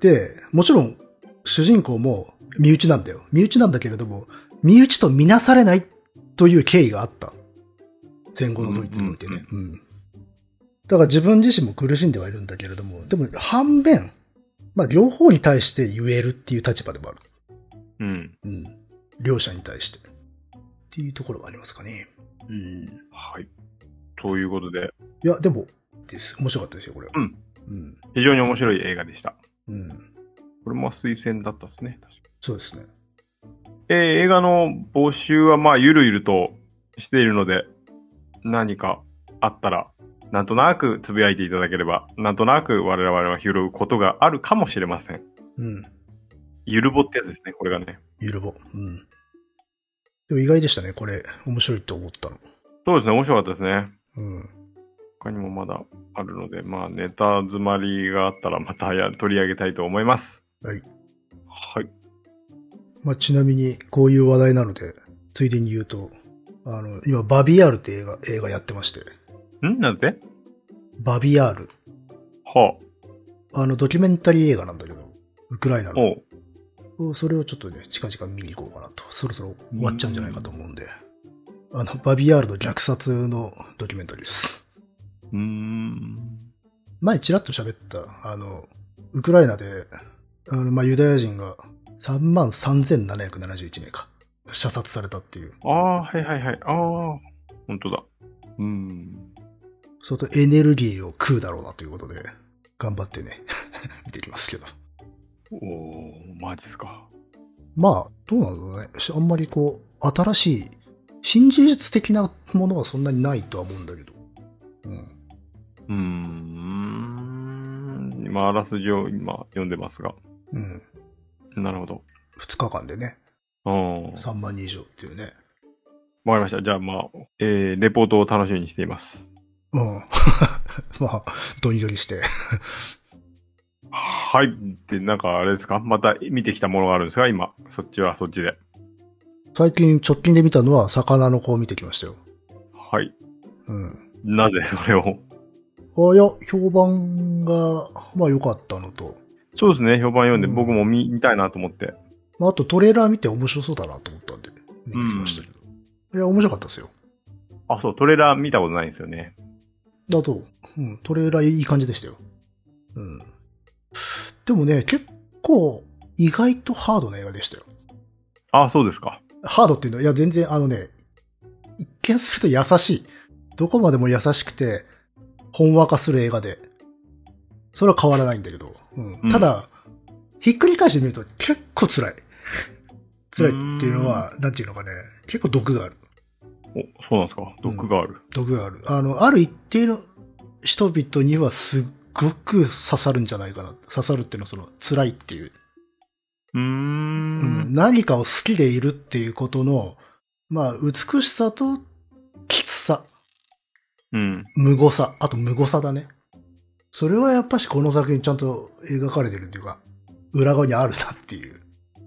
[SPEAKER 2] で、もちろん、主人公も身内なんだよ。身内なんだけれども、身内と見なされないという経緯があった。戦後のドイツにおいてね。うん。だから自分自身も苦しんではいるんだけれども、でも反面、まあ両方に対して言えるっていう立場でもある。
[SPEAKER 1] うん。
[SPEAKER 2] うん。両者に対して。っていうところはありますかね。うん。い
[SPEAKER 1] はい。ということで、
[SPEAKER 2] や、でも、です。面白かったですよ、これは。
[SPEAKER 1] うん。
[SPEAKER 2] うん。
[SPEAKER 1] 非常に面白い映画でした。
[SPEAKER 2] うん。
[SPEAKER 1] これも推薦だったですね。確か
[SPEAKER 2] そうですね。
[SPEAKER 1] えー映画の募集はまあゆるゆるとしているので、何かあったら、なんとなくつぶやいていただければ、なんとなく我々は拾うことがあるかもしれません。
[SPEAKER 2] うん。
[SPEAKER 1] ゆるぼってやつですね、これがね。
[SPEAKER 2] ゆるぼ。うん。でも意外でしたね、これ。面白いと思ったの。
[SPEAKER 1] そうですね、面白かったですね。
[SPEAKER 2] うん。
[SPEAKER 1] 他にもまだあるので、まあネタ詰まりがあったらまたや取り上げたいと思います。
[SPEAKER 2] はい。
[SPEAKER 1] はい。
[SPEAKER 2] まあ、ちなみに、こういう話題なので、ついでに言うと、あの、今、バビアールって映画、映画やってまして。
[SPEAKER 1] んなんて
[SPEAKER 2] バビアール。
[SPEAKER 1] は
[SPEAKER 2] あの、ドキュメンタリー映画なんだけど、ウクライナ
[SPEAKER 1] あ、おう
[SPEAKER 2] の。それをちょっとね、近々見に行こうかなと。そろそろ終わっちゃうんじゃないかと思うんで。あの、バビアールの虐殺のドキュメンタリーです。
[SPEAKER 1] うーん。
[SPEAKER 2] 前ちらっと喋った、あの、ウクライナで、あの、まあ、ユダヤ人が3万3771名か、射殺されたっていう、
[SPEAKER 1] ああ、はいはいはい。ああ、本当だ。うーん。
[SPEAKER 2] 相当エネルギーを食うだろうなということで、頑張ってね、 (laughs) 見てきますけど。
[SPEAKER 1] おおマジっすか。
[SPEAKER 2] まあ、どうなんだろうね。しあんまりこう、新しい、新事実的なものはそんなにないとは思うんだけど。うん。
[SPEAKER 1] うーん。今、あらすじを今読んでますが。
[SPEAKER 2] うん。
[SPEAKER 1] なるほど。
[SPEAKER 2] 2日間でね、
[SPEAKER 1] うん。わか
[SPEAKER 2] 3万人以上っていうね。
[SPEAKER 1] りました。じゃあ、まあ、えー、レポートを楽しみにしています。
[SPEAKER 2] うん。 (laughs) まあ、どんよりして。
[SPEAKER 1] はい。で、なんか、あれですかまた見てきたものがあるんですか今。そっちはそっちで。
[SPEAKER 2] 最近直近で見たのは魚の子を見てきましたよ。
[SPEAKER 1] はい。
[SPEAKER 2] うん。
[SPEAKER 1] なぜ (laughs) それを。
[SPEAKER 2] あいや、評判が、まあ良かったのと、
[SPEAKER 1] そうですね。評判読んで、
[SPEAKER 2] うん
[SPEAKER 1] 僕も見見たいなと思って。
[SPEAKER 2] まああとトレーラー見て面白そうだなと思ったんで、見に来ましたけど。いや、面白かったですよ。
[SPEAKER 1] あ、そう、トレーラー見たことないんですよね。
[SPEAKER 2] だと、うん、トレーラーいい感じでしたよ。うん。でもね、結構、意外とハードな映画でしたよ。
[SPEAKER 1] あ、そうですか。
[SPEAKER 2] ハードっていうのは、いや、全然、あのね、一見すると優しい。どこまでも優しくて、ほんわかする映画で。それは変わらないんだけど。うん
[SPEAKER 1] うん
[SPEAKER 2] ただ、ひっくり返してみると結構辛い。辛いっていうのは、なんていうのかね、結構毒がある。
[SPEAKER 1] お、そうなんですか。毒がある。
[SPEAKER 2] 毒がある。あの、ある一定の人々にはすっごく刺さるんじゃないかな。刺さるっていうのはその辛いっていう。
[SPEAKER 1] うー
[SPEAKER 2] うん、
[SPEAKER 1] ん。
[SPEAKER 2] 何かを好きでいるっていうことの、まあ、美しさときつさ、
[SPEAKER 1] うん。
[SPEAKER 2] 無誤さ、あと無誤さだね。それはやっぱしこの作品ちゃんと描かれてるっていうか、裏側にあるなっていう。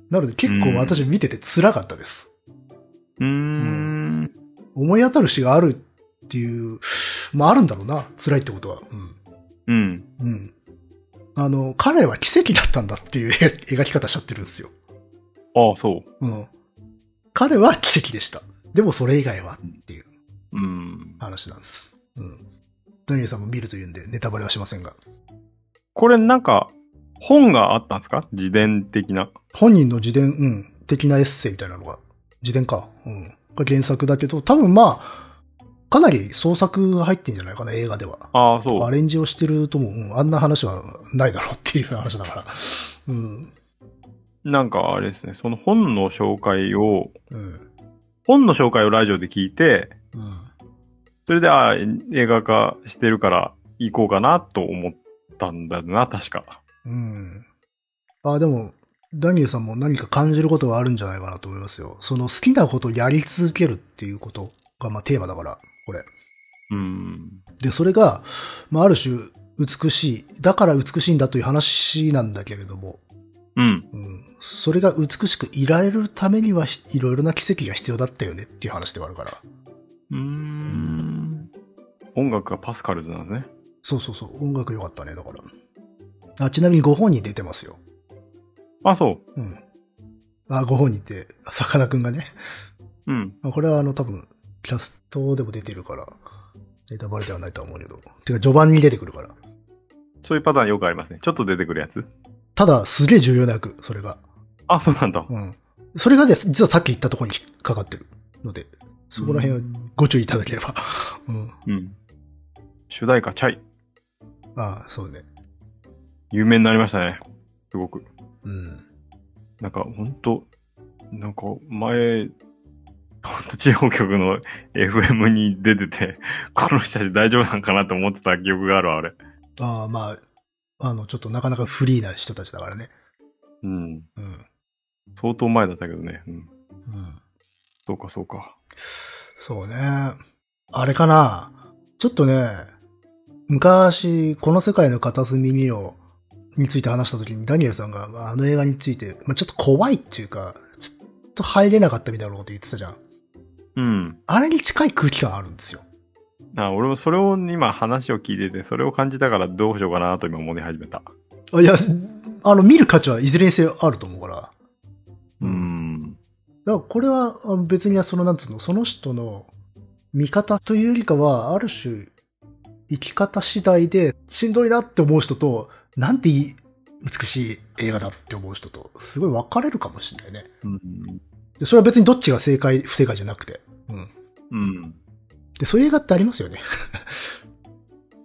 [SPEAKER 2] なので結構私見てて辛かったです。
[SPEAKER 1] うーん。
[SPEAKER 2] 思い当たる詩があるっていう、まああるんだろうな、辛いってことは。
[SPEAKER 1] うん。
[SPEAKER 2] うん。うん。あの、彼は奇跡だったんだっていう (laughs) 描き方しちゃってるんですよ。
[SPEAKER 1] ああ、そ
[SPEAKER 2] うん。彼は奇跡でした。でもそれ以外はっていう
[SPEAKER 1] う。うん。
[SPEAKER 2] 話なんです。うん。ドニエルさんも見るというんでネタバレはしませんが。
[SPEAKER 1] これなんか、本があったんですか自伝的な。
[SPEAKER 2] 本人の自伝、うん、的なエッセイみたいなのが、自伝か。うん。が原作だけど、多分まあ、かなり創作入ってんじゃないかな、映画では。
[SPEAKER 1] ああ、そ
[SPEAKER 2] ア
[SPEAKER 1] う。
[SPEAKER 2] レンジをしてるとも、うん、あんな話はないだろうっていう話だから。うん。
[SPEAKER 1] なんかあれですね、その本の紹介を、
[SPEAKER 2] うん。
[SPEAKER 1] 本の紹介をラジオで聞いて、
[SPEAKER 2] うん。
[SPEAKER 1] それで、ああ、映画化してるから行こうかなと思ったんだな、確か。
[SPEAKER 2] うん。あ、でも、ダニエルさんも何か感じることはあるんじゃないかなと思いますよ。その好きなことをやり続けるっていうことが、まあテーマだから、これ。
[SPEAKER 1] うん。
[SPEAKER 2] で、それが、まあある種、美しい。だから美しいんだという話なんだけれども、
[SPEAKER 1] うん。
[SPEAKER 2] うん。それが美しくいられるためには、いろいろな奇跡が必要だったよねっていう話ではあるから。
[SPEAKER 1] うーん。音楽がパスカルズなんですね。
[SPEAKER 2] そうそうそう。音楽良かったね、だから。あ、ちなみにご本人出てますよ。
[SPEAKER 1] あ、そ
[SPEAKER 2] うん。あ、ご本人って、さかなクンがね。
[SPEAKER 1] う。うん。
[SPEAKER 2] まあこれはあの多分、キャストでも出てるから、ネタバレではないとは思うけど。てか序盤に出てくるから。
[SPEAKER 1] そういうパターンよくありますね。ちょっと出てくるやつ。
[SPEAKER 2] ただ、すげえ重要な役、それが。
[SPEAKER 1] あ、そうなんだ。
[SPEAKER 2] うん。それがね、実はさっき言ったところに引っかかってるので、そこら辺はご注意いただければ。 (laughs) うん。
[SPEAKER 1] うん。主題歌、チャイ。
[SPEAKER 2] ああ、そうね。
[SPEAKER 1] 有名になりましたね。すごく。
[SPEAKER 2] うん。
[SPEAKER 1] なんか、ほんと、なんか、前、ほんと地方局の FM に出てて、この人たち大丈夫なんかなと思ってた記憶があるわ、あれ。
[SPEAKER 2] ああ、まあ、あの、ちょっとなかなかフリーな人たちだからね。
[SPEAKER 1] うん。
[SPEAKER 2] うん。
[SPEAKER 1] 相当前だったけどね。うん。
[SPEAKER 2] うん。
[SPEAKER 1] そうか、そうか。
[SPEAKER 2] そうね。あれかな。ちょっとね、昔、この世界の片隅にを、について話した時に、ダニエルさんがまああの映画について、まあ、ちょっと怖いっていうか、ちょっと入れなかったみたいなこと言ってたじゃん。
[SPEAKER 1] うん。
[SPEAKER 2] あれに近い空気感あるんですよ。
[SPEAKER 1] あ俺もそれを今話を聞いてて、それを感じたからどうしようかなと今思い始めた。
[SPEAKER 2] あいや、あの、見る価値はいずれにせよあると思うから。
[SPEAKER 1] う
[SPEAKER 2] だか
[SPEAKER 1] ん。
[SPEAKER 2] らこれはあの別にその、なんつうの、その人の見方というよりかは、ある種、生き方次第でしんどいなって思う人と、なんていい、美しい映画だって思う人と、すごい分かれるかもしれないね。
[SPEAKER 1] うん。
[SPEAKER 2] で、それは別にどっちが正解、不正解じゃなくて。うん。
[SPEAKER 1] うん。
[SPEAKER 2] で、そういう映画ってありますよね。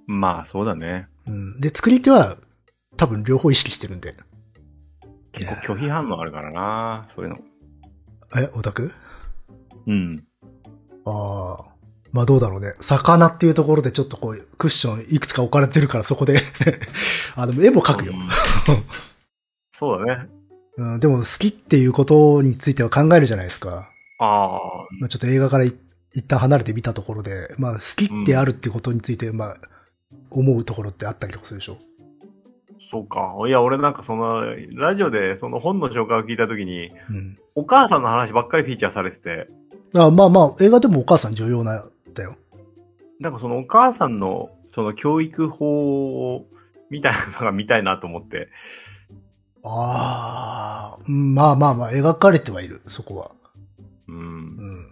[SPEAKER 1] まあ、そうだね。
[SPEAKER 2] うん。で、作り手は、多分両方意識してるんで。
[SPEAKER 1] 結構拒否反応あるからな、そういうの。
[SPEAKER 2] え、オタク
[SPEAKER 1] うん。
[SPEAKER 2] ああ。まあどうだろうね。魚っていうところでちょっとこう、クッションいくつか置かれてるからそこで。 (laughs) あ、でも絵も描くよ
[SPEAKER 1] う。ん。そうだね。
[SPEAKER 2] うん、でも好きっていうことについては考えるじゃないですか。
[SPEAKER 1] ああ、
[SPEAKER 2] まあちょっと映画からい一旦離れてみたところで、まあ好きってあるってことについて、まあ、思うところってあったりとかするでしょ。
[SPEAKER 1] そうか。いや、俺なんかその、ラジオでその本の紹介を聞いたときに、
[SPEAKER 2] うん。
[SPEAKER 1] お母さんの話ばっかりフィーチャーされてて、
[SPEAKER 2] あまあまあ、映画でもお母さん重要なんだよ。
[SPEAKER 1] なんかそのお母さんのその教育法を、みたいなのが見たいなと思って。
[SPEAKER 2] ああ、うんまあまあまあ、描かれてはいる、そこは。
[SPEAKER 1] う。
[SPEAKER 2] うんん。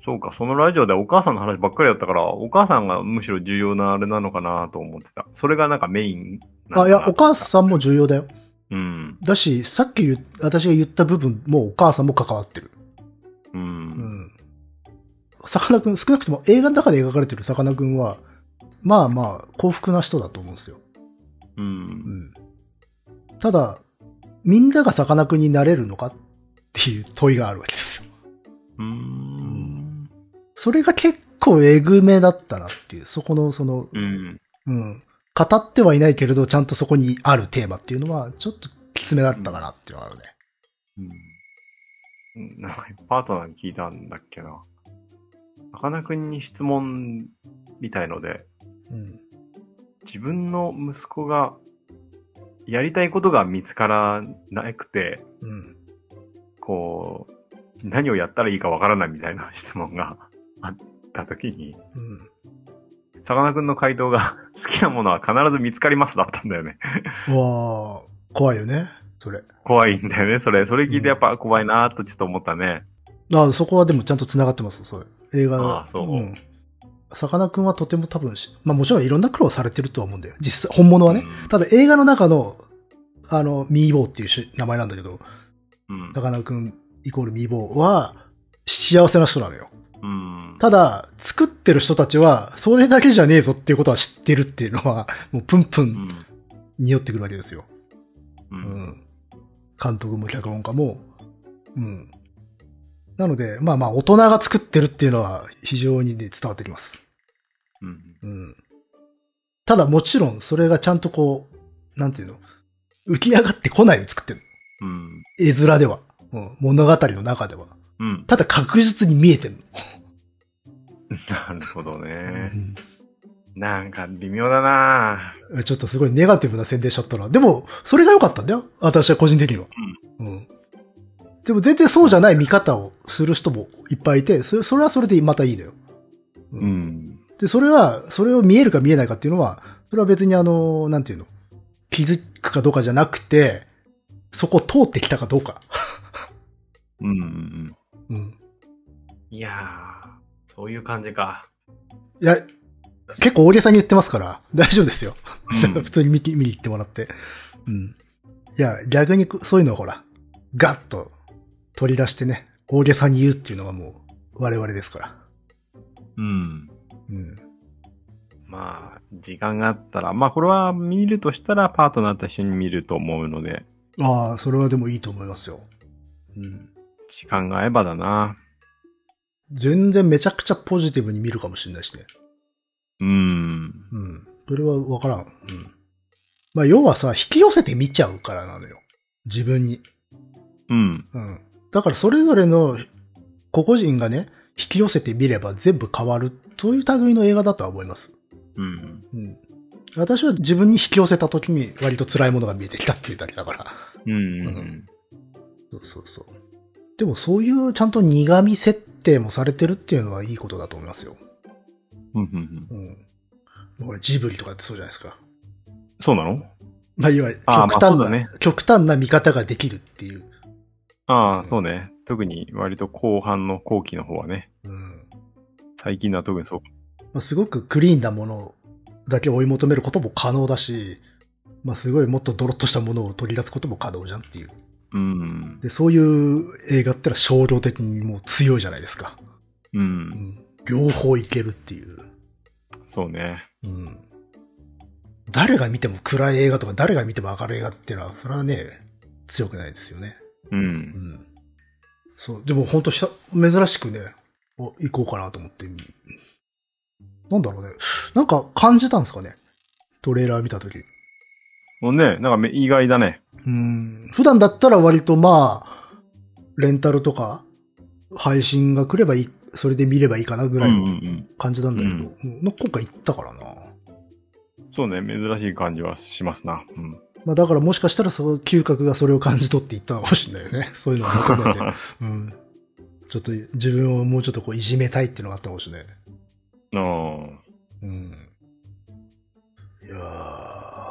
[SPEAKER 1] そうか、そのラジオでお母さんの話ばっかりだったから、お母さんがむしろ重要なあれなのかなと思ってた。それがなんかメインなのかな
[SPEAKER 2] あ、いや、お母さんも重要だよ。
[SPEAKER 1] うん。
[SPEAKER 2] だし、さっき言う私が言った部分もお母さんも関わってる。
[SPEAKER 1] う。
[SPEAKER 2] うんん。さかなクン、少なくとも映画の中で描かれてるさかなクンは、まあまあ、幸福な人だと思うんですよ。
[SPEAKER 1] う。
[SPEAKER 2] うんん。ただ、みんながさかなクンになれるのかっていう問いがあるわけですよ。
[SPEAKER 1] うん。
[SPEAKER 2] それが結構えぐめだったなっていう、そこのその、
[SPEAKER 1] うん。
[SPEAKER 2] うん、語ってはいないけれど、ちゃんとそこにあるテーマっていうのは、ちょっときつめだったかなっていうのがあるね。
[SPEAKER 1] うん。なんか、パートナーに聞いたんだっけな。さかなクンに質問みたいので、
[SPEAKER 2] うん。
[SPEAKER 1] 自分の息子がやりたいことが見つからなくて、
[SPEAKER 2] うん。
[SPEAKER 1] こう、何をやったらいいかわからないみたいな質問があった時に、
[SPEAKER 2] うん。
[SPEAKER 1] さかなクンの回答が好きなものは必ず見つかりますだったんだよね。
[SPEAKER 2] うわー、怖いよね、それ。
[SPEAKER 1] 怖いんだよね、それ。それ聞いてやっぱ怖いなーとちょっと思ったね。
[SPEAKER 2] あそこはでもちゃんと繋がってます、それ。映画。。
[SPEAKER 1] あそうん
[SPEAKER 2] さかなクンはとても多分し、まあもちろんいろんな苦労されてるとは思うんだよ。実際、本物はね。
[SPEAKER 1] うん
[SPEAKER 2] ただ映画の中の、あの、ミーボーっていうし名前なんだけど、
[SPEAKER 1] うん
[SPEAKER 2] さ。かなクンイコールミーボーは、幸せな人なのよ。
[SPEAKER 1] うん。
[SPEAKER 2] ただ、作ってる人たちは、それだけじゃねえぞっていうことは知ってるっていうのは、もうプンプ
[SPEAKER 1] う
[SPEAKER 2] ン
[SPEAKER 1] ん
[SPEAKER 2] 匂ってくるわけですよ。
[SPEAKER 1] う。
[SPEAKER 2] うんん。監督も脚本家も。うん。なので、まあまあ、大人が作ってるっていうのは非常に、ね、伝わってきます。
[SPEAKER 1] うん。
[SPEAKER 2] うん。ただもちろん、それがちゃんとこう、なんていうの、浮き上がってこないを作ってる。
[SPEAKER 1] うん。
[SPEAKER 2] 絵面では。うん、物語の中では。
[SPEAKER 1] うん。
[SPEAKER 2] ただ確実に見えてるの。
[SPEAKER 1] なるほどね。
[SPEAKER 2] うん
[SPEAKER 1] なんか微妙だな
[SPEAKER 2] ちょっとすごいネガティブな宣伝しちゃったな。でも、それが良かったんだよ。私は個人的には。うん。でも全然そうじゃない見方をする人もいっぱいいて、それそれはそれでまたいいのよ。
[SPEAKER 1] ぁうん。
[SPEAKER 2] で、それは、それを見えるか見えないかっていうのは、それは別にあの、なんていうの、気づくかどうかじゃなくて、そこを通ってきたかどうか。
[SPEAKER 1] うんうんうん。
[SPEAKER 2] うん。
[SPEAKER 1] いやー、そういう感じか。
[SPEAKER 2] いや、結構大げさに言ってますから、大丈夫ですよ。
[SPEAKER 1] うん
[SPEAKER 2] (laughs) 普通に見て見に行ってもらって。うん。いや、逆にそういうのをほら、ガッと取り出してね、大げさに言うっていうのがもう我々ですから。
[SPEAKER 1] うん。
[SPEAKER 2] うん。
[SPEAKER 1] まあ、時間があったら、まあこれは見るとしたらパートナーと一緒に見ると思うので、
[SPEAKER 2] ああ、それはでもいいと思いますよ。うん。
[SPEAKER 1] 時間が合えばだな
[SPEAKER 2] 全然めちゃくちゃポジティブに見るかもしれないしね。
[SPEAKER 1] うん。
[SPEAKER 2] うん。それはわからん。うん。まあ、要はさ、引き寄せて見ちゃうからなのよ。自分に。
[SPEAKER 1] うん。
[SPEAKER 2] うん。だからそれぞれの個々人がね、引き寄せて見れば全部変わるという類の映画だとは思います。
[SPEAKER 1] うん。
[SPEAKER 2] うん。私は自分に引き寄せた時に割と辛いものが見えてきたっていうだけだから。
[SPEAKER 1] うん。う。
[SPEAKER 2] うんそうそうそう。でもそういうちゃんと苦味設定もされてるっていうのはいいことだと思いますよ。
[SPEAKER 1] うんうん。
[SPEAKER 2] うん。これジブリとかってそうじゃないですか。
[SPEAKER 1] そうなの
[SPEAKER 2] まあ、いわゆる
[SPEAKER 1] あー
[SPEAKER 2] 極端
[SPEAKER 1] まあ
[SPEAKER 2] な、
[SPEAKER 1] そうだね
[SPEAKER 2] 極端な見方ができるっていう。
[SPEAKER 1] ああ、そうね。特に割と後半の後期の方はね、
[SPEAKER 2] うん。
[SPEAKER 1] 最近のは特にそう。
[SPEAKER 2] まあ、すごくクリーンなものだけ追い求めることも可能だし、まあ、すごいもっとドロッとしたものを取り出すことも可能じゃんっていう。
[SPEAKER 1] うん。
[SPEAKER 2] で、そういう映画ってのは商業的にもう強いじゃないですか。
[SPEAKER 1] う。
[SPEAKER 2] うんん。両方いけるっていう。
[SPEAKER 1] そうね。
[SPEAKER 2] うん。誰が見ても暗い映画とか誰が見ても明るい映画っていうのは、それはね、強くないですよね。
[SPEAKER 1] うん
[SPEAKER 2] う。ん。そう、でも本当久珍しくね、お行こうかなと思って。なんだろうね。なんか感じたんですかね。トレーラー見たとき。
[SPEAKER 1] もうね、なんかめ意外だね。
[SPEAKER 2] うん。普段だったら割とまあ、レンタルとか、配信が来ればいい、それで見ればいいかなぐらいの
[SPEAKER 1] ん
[SPEAKER 2] 感じなんだけど、
[SPEAKER 1] うん
[SPEAKER 2] うん今回行ったからな。
[SPEAKER 1] うん。そうね、珍しい感じはしますな。うん。
[SPEAKER 2] まあだからもしかしたらその嗅覚がそれを感じ取っていったのかもしれないよね。そういうのを求めて。うん。ちょっと自分をもうちょっとこういじめたいっていうのがあったかもしれない。
[SPEAKER 1] うん。
[SPEAKER 2] うん。いや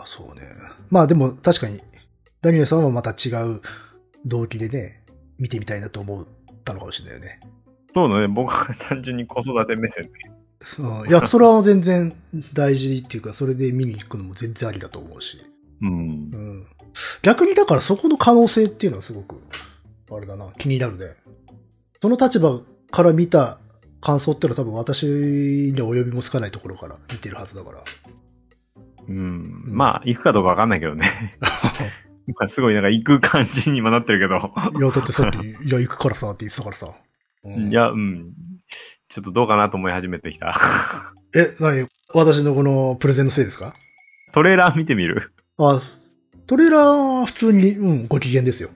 [SPEAKER 2] ー、そうね。まあでも確かに、ダニエルさんはまた違う動機でね、見てみたいなと思ったのかもしれないよね。
[SPEAKER 1] そうだね、僕は単純に子育て目線で。
[SPEAKER 2] うん、いや、それは全然大事っていうか、それで見に行くのも全然ありだと思うし。
[SPEAKER 1] うん
[SPEAKER 2] う。ん。逆にだからそこの可能性っていうのはすごく、あれだな、気になるね。その立場から見た感想っていうのは多分私には及びもつかないところから見てるはずだから。
[SPEAKER 1] うん。まあ、行くかどうかわかんないけどね。 (laughs) まあ、すごいなんか行く感じに今なってるけど。
[SPEAKER 2] いや、だってさっき、いや、行くからさって言ってたからさ。
[SPEAKER 1] いや、うん。ちちょっとどうかなと思い始めてきた。 (laughs)
[SPEAKER 2] え、何私のこのプレゼンのせいですか
[SPEAKER 1] トレーラー見てみる
[SPEAKER 2] あ、トレーラーは普通に、うん、ご機嫌ですよ。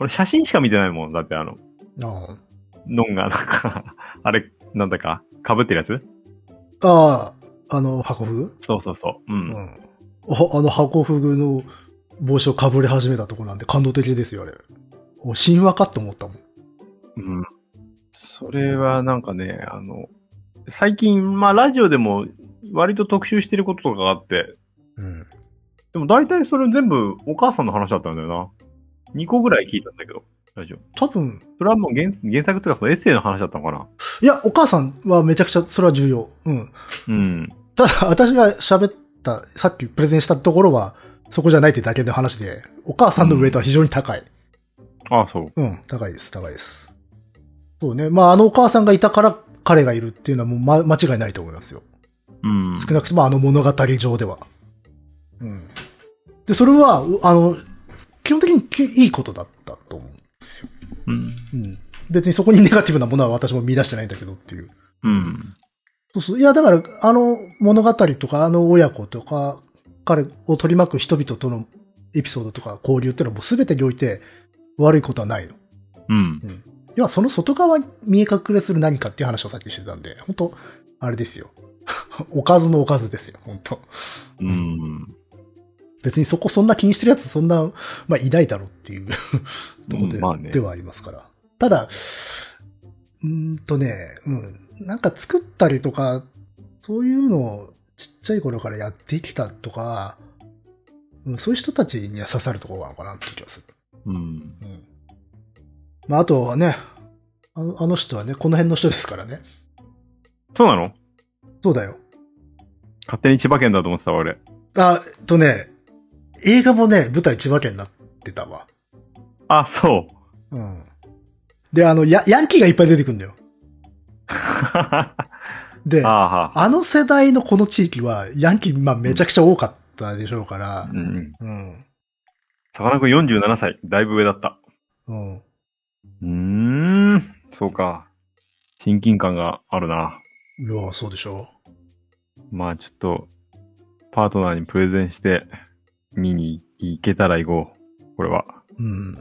[SPEAKER 1] 俺写真しか見てないもん。だってあの、
[SPEAKER 2] あ
[SPEAKER 1] ノンがなんか、あれ、なんだか、被ってるやつ
[SPEAKER 2] あ、あの、ハコフ
[SPEAKER 1] そうそうそう。う
[SPEAKER 2] グ
[SPEAKER 1] ん。
[SPEAKER 2] うん。ああの、ハコフグの帽子をかぶり始めたとこなんで感動的ですよ、あれ。お神話かと思ったもん。
[SPEAKER 1] うん。それはなんかね、あの、最近、まあラジオでも割と特集してることとかがあって、
[SPEAKER 2] うん。
[SPEAKER 1] でも大体それ全部お母さんの話だったんだよな。2個ぐらい聞いたんだけど、ラジオ。
[SPEAKER 2] 多分、
[SPEAKER 1] それはもう原原作とかそのエッセイの話だったのかな。
[SPEAKER 2] いや、お母さんはめちゃくちゃ、それは重要。うん。
[SPEAKER 1] うん。
[SPEAKER 2] ただ、私が喋った、さっきプレゼンしたところは、そこじゃないってだけの話で、お母さんのウェイトは非常に高い。
[SPEAKER 1] ああ、そう。
[SPEAKER 2] うん、高いです、高いです。そうね。まあ、あのお母さんがいたから彼がいるっていうのはもう、ま、間違いないと思いますよ。
[SPEAKER 1] うん。
[SPEAKER 2] 少なくともあの物語上では。うん。で、それは、うあの、基本的にきいいことだったと思うんですよ。
[SPEAKER 1] うん。
[SPEAKER 2] うん。別にそこにネガティブなものは私も見出してないんだけどっていう。
[SPEAKER 1] うん。
[SPEAKER 2] そうそう。いや、だから、あの物語とか、あの親子とか、彼を取り巻く人々とのエピソードとか交流っていうのはもう全てにおいて悪いことはないの。
[SPEAKER 1] うん。
[SPEAKER 2] 要はその外側に見え隠れする何かっていう話をさっきしてたんで、本当あれですよ。 (laughs) おかずのおかずですよ、本当
[SPEAKER 1] うん。
[SPEAKER 2] 別にそこそんな気にしてるやつそんな、まあ、いないだろうっていうところで,、
[SPEAKER 1] うんまあね
[SPEAKER 2] ではありますから。ただ、うーんとね、うん、なんか作ったりとか、そういうのをちっちゃい頃からやってきたとか、うんそういう人たちには刺さるところなのかなって気がする。
[SPEAKER 1] うん。
[SPEAKER 2] うん。まあ、あとはね、あのあの人はね、この辺の人ですからね。
[SPEAKER 1] そうなの
[SPEAKER 2] そうだよ。
[SPEAKER 1] 勝手に千葉県だと思ってたわ俺。
[SPEAKER 2] あ、えっとね、映画もね、舞台千葉県になってたわ。
[SPEAKER 1] あ、そう。
[SPEAKER 2] うん。で、あの、ヤヤンキーがいっぱい出てくるんだよ。
[SPEAKER 1] (laughs) あ
[SPEAKER 2] で、あ
[SPEAKER 1] あ、
[SPEAKER 2] の世代のこの地域は、ヤンキー、まあ、めちゃくちゃ多かったでしょうから
[SPEAKER 1] う、ん。
[SPEAKER 2] うん。
[SPEAKER 1] さかなクン47歳。だいぶ上だった。
[SPEAKER 2] うん。
[SPEAKER 1] うーん。そうか。親近感があるな。
[SPEAKER 2] いや、そうでしょ
[SPEAKER 1] まあちょっと、パートナーにプレゼンして、見に行けたら行こう。これは。
[SPEAKER 2] う。うん。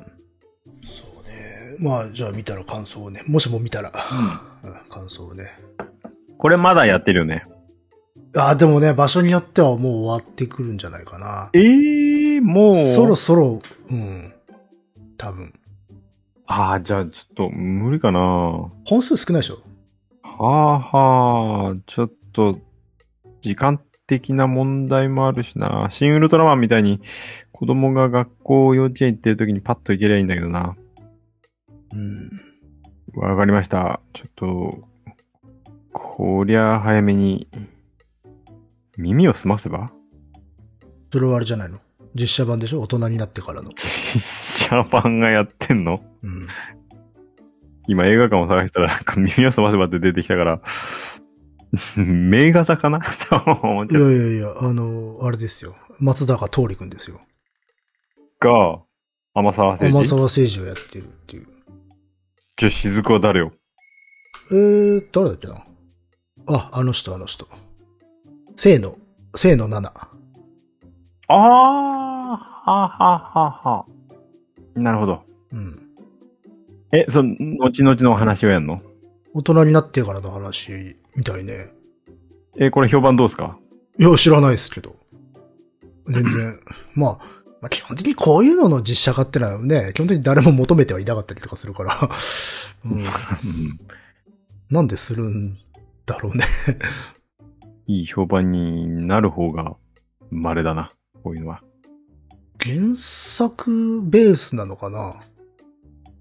[SPEAKER 2] そうね。まあ、じゃあ見たら感想をね、もしも見たら、うん感想をね。
[SPEAKER 1] これまだやってるよね。
[SPEAKER 2] あ、でもね、場所によってはもう終わってくるんじゃないかな。
[SPEAKER 1] ええもう。
[SPEAKER 2] そろそろ、うん。多分。
[SPEAKER 1] ああ、じゃあちょっと無理かな。は
[SPEAKER 2] 本数少ないでしょ
[SPEAKER 1] あはあ、ちょっと、時間的な問題もあるしな。新ウルトラマンみたいに、子供が学校、幼稚園行ってる時にパッと行けりゃいいんだけどな。
[SPEAKER 2] うん。
[SPEAKER 1] わかりました。ちょっと、こりゃ早めに、耳を澄ませば
[SPEAKER 2] それはあれじゃないの実写版でしょ大人になってからの。
[SPEAKER 1] (laughs) シャーパンがやってんの
[SPEAKER 2] うん。
[SPEAKER 1] 今映画館を探したらなんか耳を澄ませばって出てきたから、 (laughs) 名画座か (laughs) なと思っ
[SPEAKER 2] い
[SPEAKER 1] ち
[SPEAKER 2] や
[SPEAKER 1] ゃっ
[SPEAKER 2] いやいや、あの、あれですよ。松坂桃李くんですよ。
[SPEAKER 1] たが、天沢誠
[SPEAKER 2] 天
[SPEAKER 1] 治。
[SPEAKER 2] 沢誠治をやってるっていう。
[SPEAKER 1] じゃあ雫は誰よ
[SPEAKER 2] えー、誰だっけなあ、あの人、あの人。清野、清野七。
[SPEAKER 1] あー、はははは。なるほど。
[SPEAKER 2] うん。
[SPEAKER 1] え、その、後々のお話をやんの
[SPEAKER 2] 大人になってからの話みたいね。
[SPEAKER 1] え、これ評判どうです (laughs) か
[SPEAKER 2] いや、知らないですけど。全然。 (laughs) まあ、まあ、基本的にこういうのの実写化ってのはね、基本的に誰も求めてはいなかったりとかするから、 (laughs) うん、
[SPEAKER 1] うん
[SPEAKER 2] なんでするんだろうね。
[SPEAKER 1] いい評判になる方が稀だな。こういうのは。
[SPEAKER 2] 原作ベースなのかな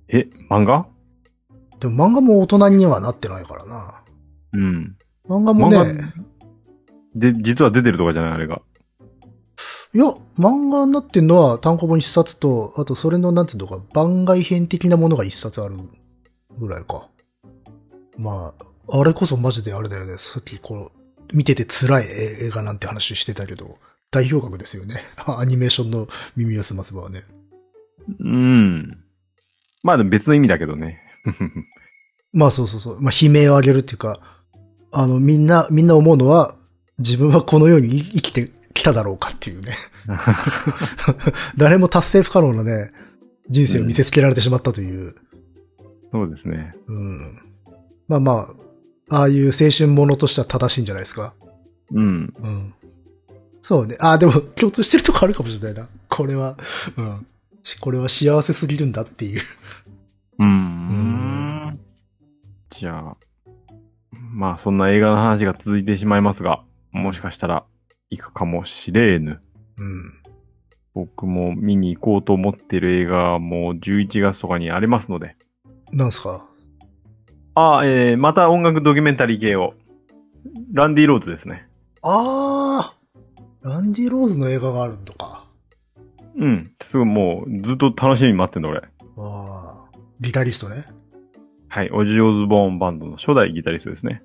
[SPEAKER 1] え、漫画
[SPEAKER 2] でも漫画も大人にはなってないからな。
[SPEAKER 1] うん。
[SPEAKER 2] 漫画もね、
[SPEAKER 1] 漫で、実は出てるとかじゃないあれが。
[SPEAKER 2] いや、漫画になってんのは単行本一冊と、あとそれのなんていうのか、番外編的なものが一冊あるぐらいか。まあ、あれこそマジであれだよね。さっきこう、見てて辛い映画なんて話してたけど、代表格ですよね。 (laughs) アニメーションの耳を澄ませばはね。
[SPEAKER 1] うん。まあでも別の意味だけどね。
[SPEAKER 2] まあそうそうそう。まあ悲鳴を上げるっていうか、あの、みんな、みんな思うのは、自分はこのように生きてきただろうかっていう (laughs) ね。誰も達成不可能なね、人生を見せつけられてしまったという。
[SPEAKER 1] (laughs) そうですね。
[SPEAKER 2] うん。まあまあ、ああいう青春ものとしては正しいんじゃないですか。
[SPEAKER 1] うん。
[SPEAKER 2] うん。そうね。あ、でも共通してるとこあるかもしれないな。これは、うん。しこれは幸せすぎるんだっていう。
[SPEAKER 1] うーん。じゃあ、まあそんな映画の話が続いてしまいますが、もしかしたら行くかもしれぬ。
[SPEAKER 2] うん。
[SPEAKER 1] 僕も見に行こうと思ってる映画も11月とかにありますので。
[SPEAKER 2] なんすか
[SPEAKER 1] ああ、えー、また音楽ドキュメンタリー系を。ランディ・ローズですね。
[SPEAKER 2] あーランディ・ローズの映画があるのか。
[SPEAKER 1] うん。すごいもうずっと楽しみに待ってんの俺。
[SPEAKER 2] ああ。ギタリストね。
[SPEAKER 1] はい。オジオズボーンバンドの初代ギタリストですね。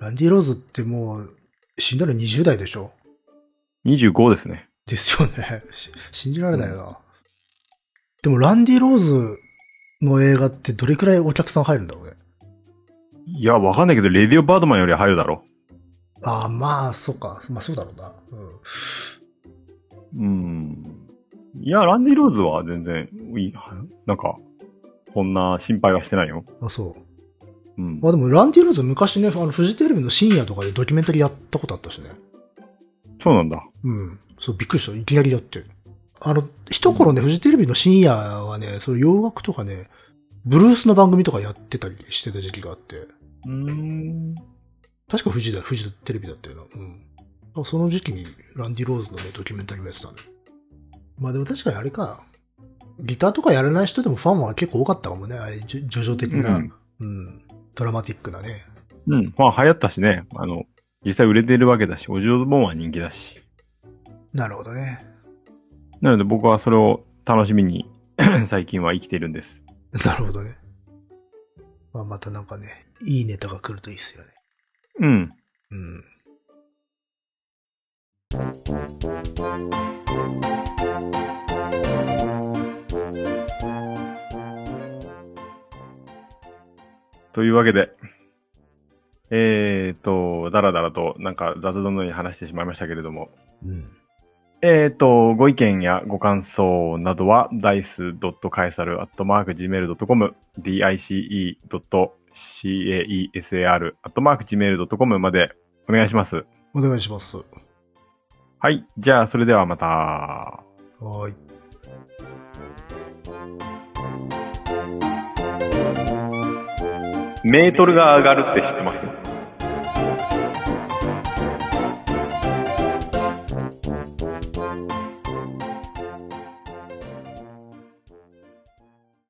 [SPEAKER 2] ランディ・ローズってもう、死んだの20代でしょ
[SPEAKER 1] 25ですね。
[SPEAKER 2] ですよね。 (laughs) し信じられないよな。でも、ランディ・ローズの映画ってどれくらいお客さん入るんだろうね。
[SPEAKER 1] いや、わかんないけど、レディオ・バードマンより入るだろ
[SPEAKER 2] ああ、まあ、そうか。まあ、そうだろうな。うん。
[SPEAKER 1] う。うん。いや、ランディ・ローズは全然、いい、なんか、こんな心配はしてないよ。
[SPEAKER 2] あ、そう。
[SPEAKER 1] うん。
[SPEAKER 2] まあでも、ランディ・ローズ昔ね、あの、フジテレビの深夜とかでドキュメンタリーやったことあったしね。
[SPEAKER 1] そうなんだ。
[SPEAKER 2] うん。そう、びっくりした。いきなりだって。あの、一頃ね、フジテレビの深夜はね、そういう洋楽とかね、ブルースの番組とかやってたりしてた時期があって、
[SPEAKER 1] うーん。
[SPEAKER 2] 確かフジだ、フジテレビだったよな。うん。だからその時期にランディ・ローズのね、ドキュメンタリーもやってたね。まあでも確かにあれか、ギターとかやらない人でもファンは結構多かったかもね、ああいう叙叙々的な、
[SPEAKER 1] う
[SPEAKER 2] うんん、ドラマティックなね。
[SPEAKER 1] うん。まあ、流行ったしね。あの、実際売れてるわけだし、オジオズボーンは人気だし。
[SPEAKER 2] なるほどね。 (laughs)
[SPEAKER 1] なので僕はそれを楽しみに (coughs) 最近は生きているんです。
[SPEAKER 2] なるほどね。まあまたなんかね、いいネタが来るといいっすよね。
[SPEAKER 1] うん。
[SPEAKER 2] うん。
[SPEAKER 1] というわけで、えーと、だらだらとなんか雑談のように話してしまいましたけれども、
[SPEAKER 2] うん。
[SPEAKER 1] えーと、ご意見やご感想などは dice.caesar.gmail.com dice.caesar.gmail.com までお願いします。
[SPEAKER 2] お願いします。は
[SPEAKER 1] はい。じゃあ、それではまた。
[SPEAKER 2] ーい。
[SPEAKER 1] メートルが上がるって知ってます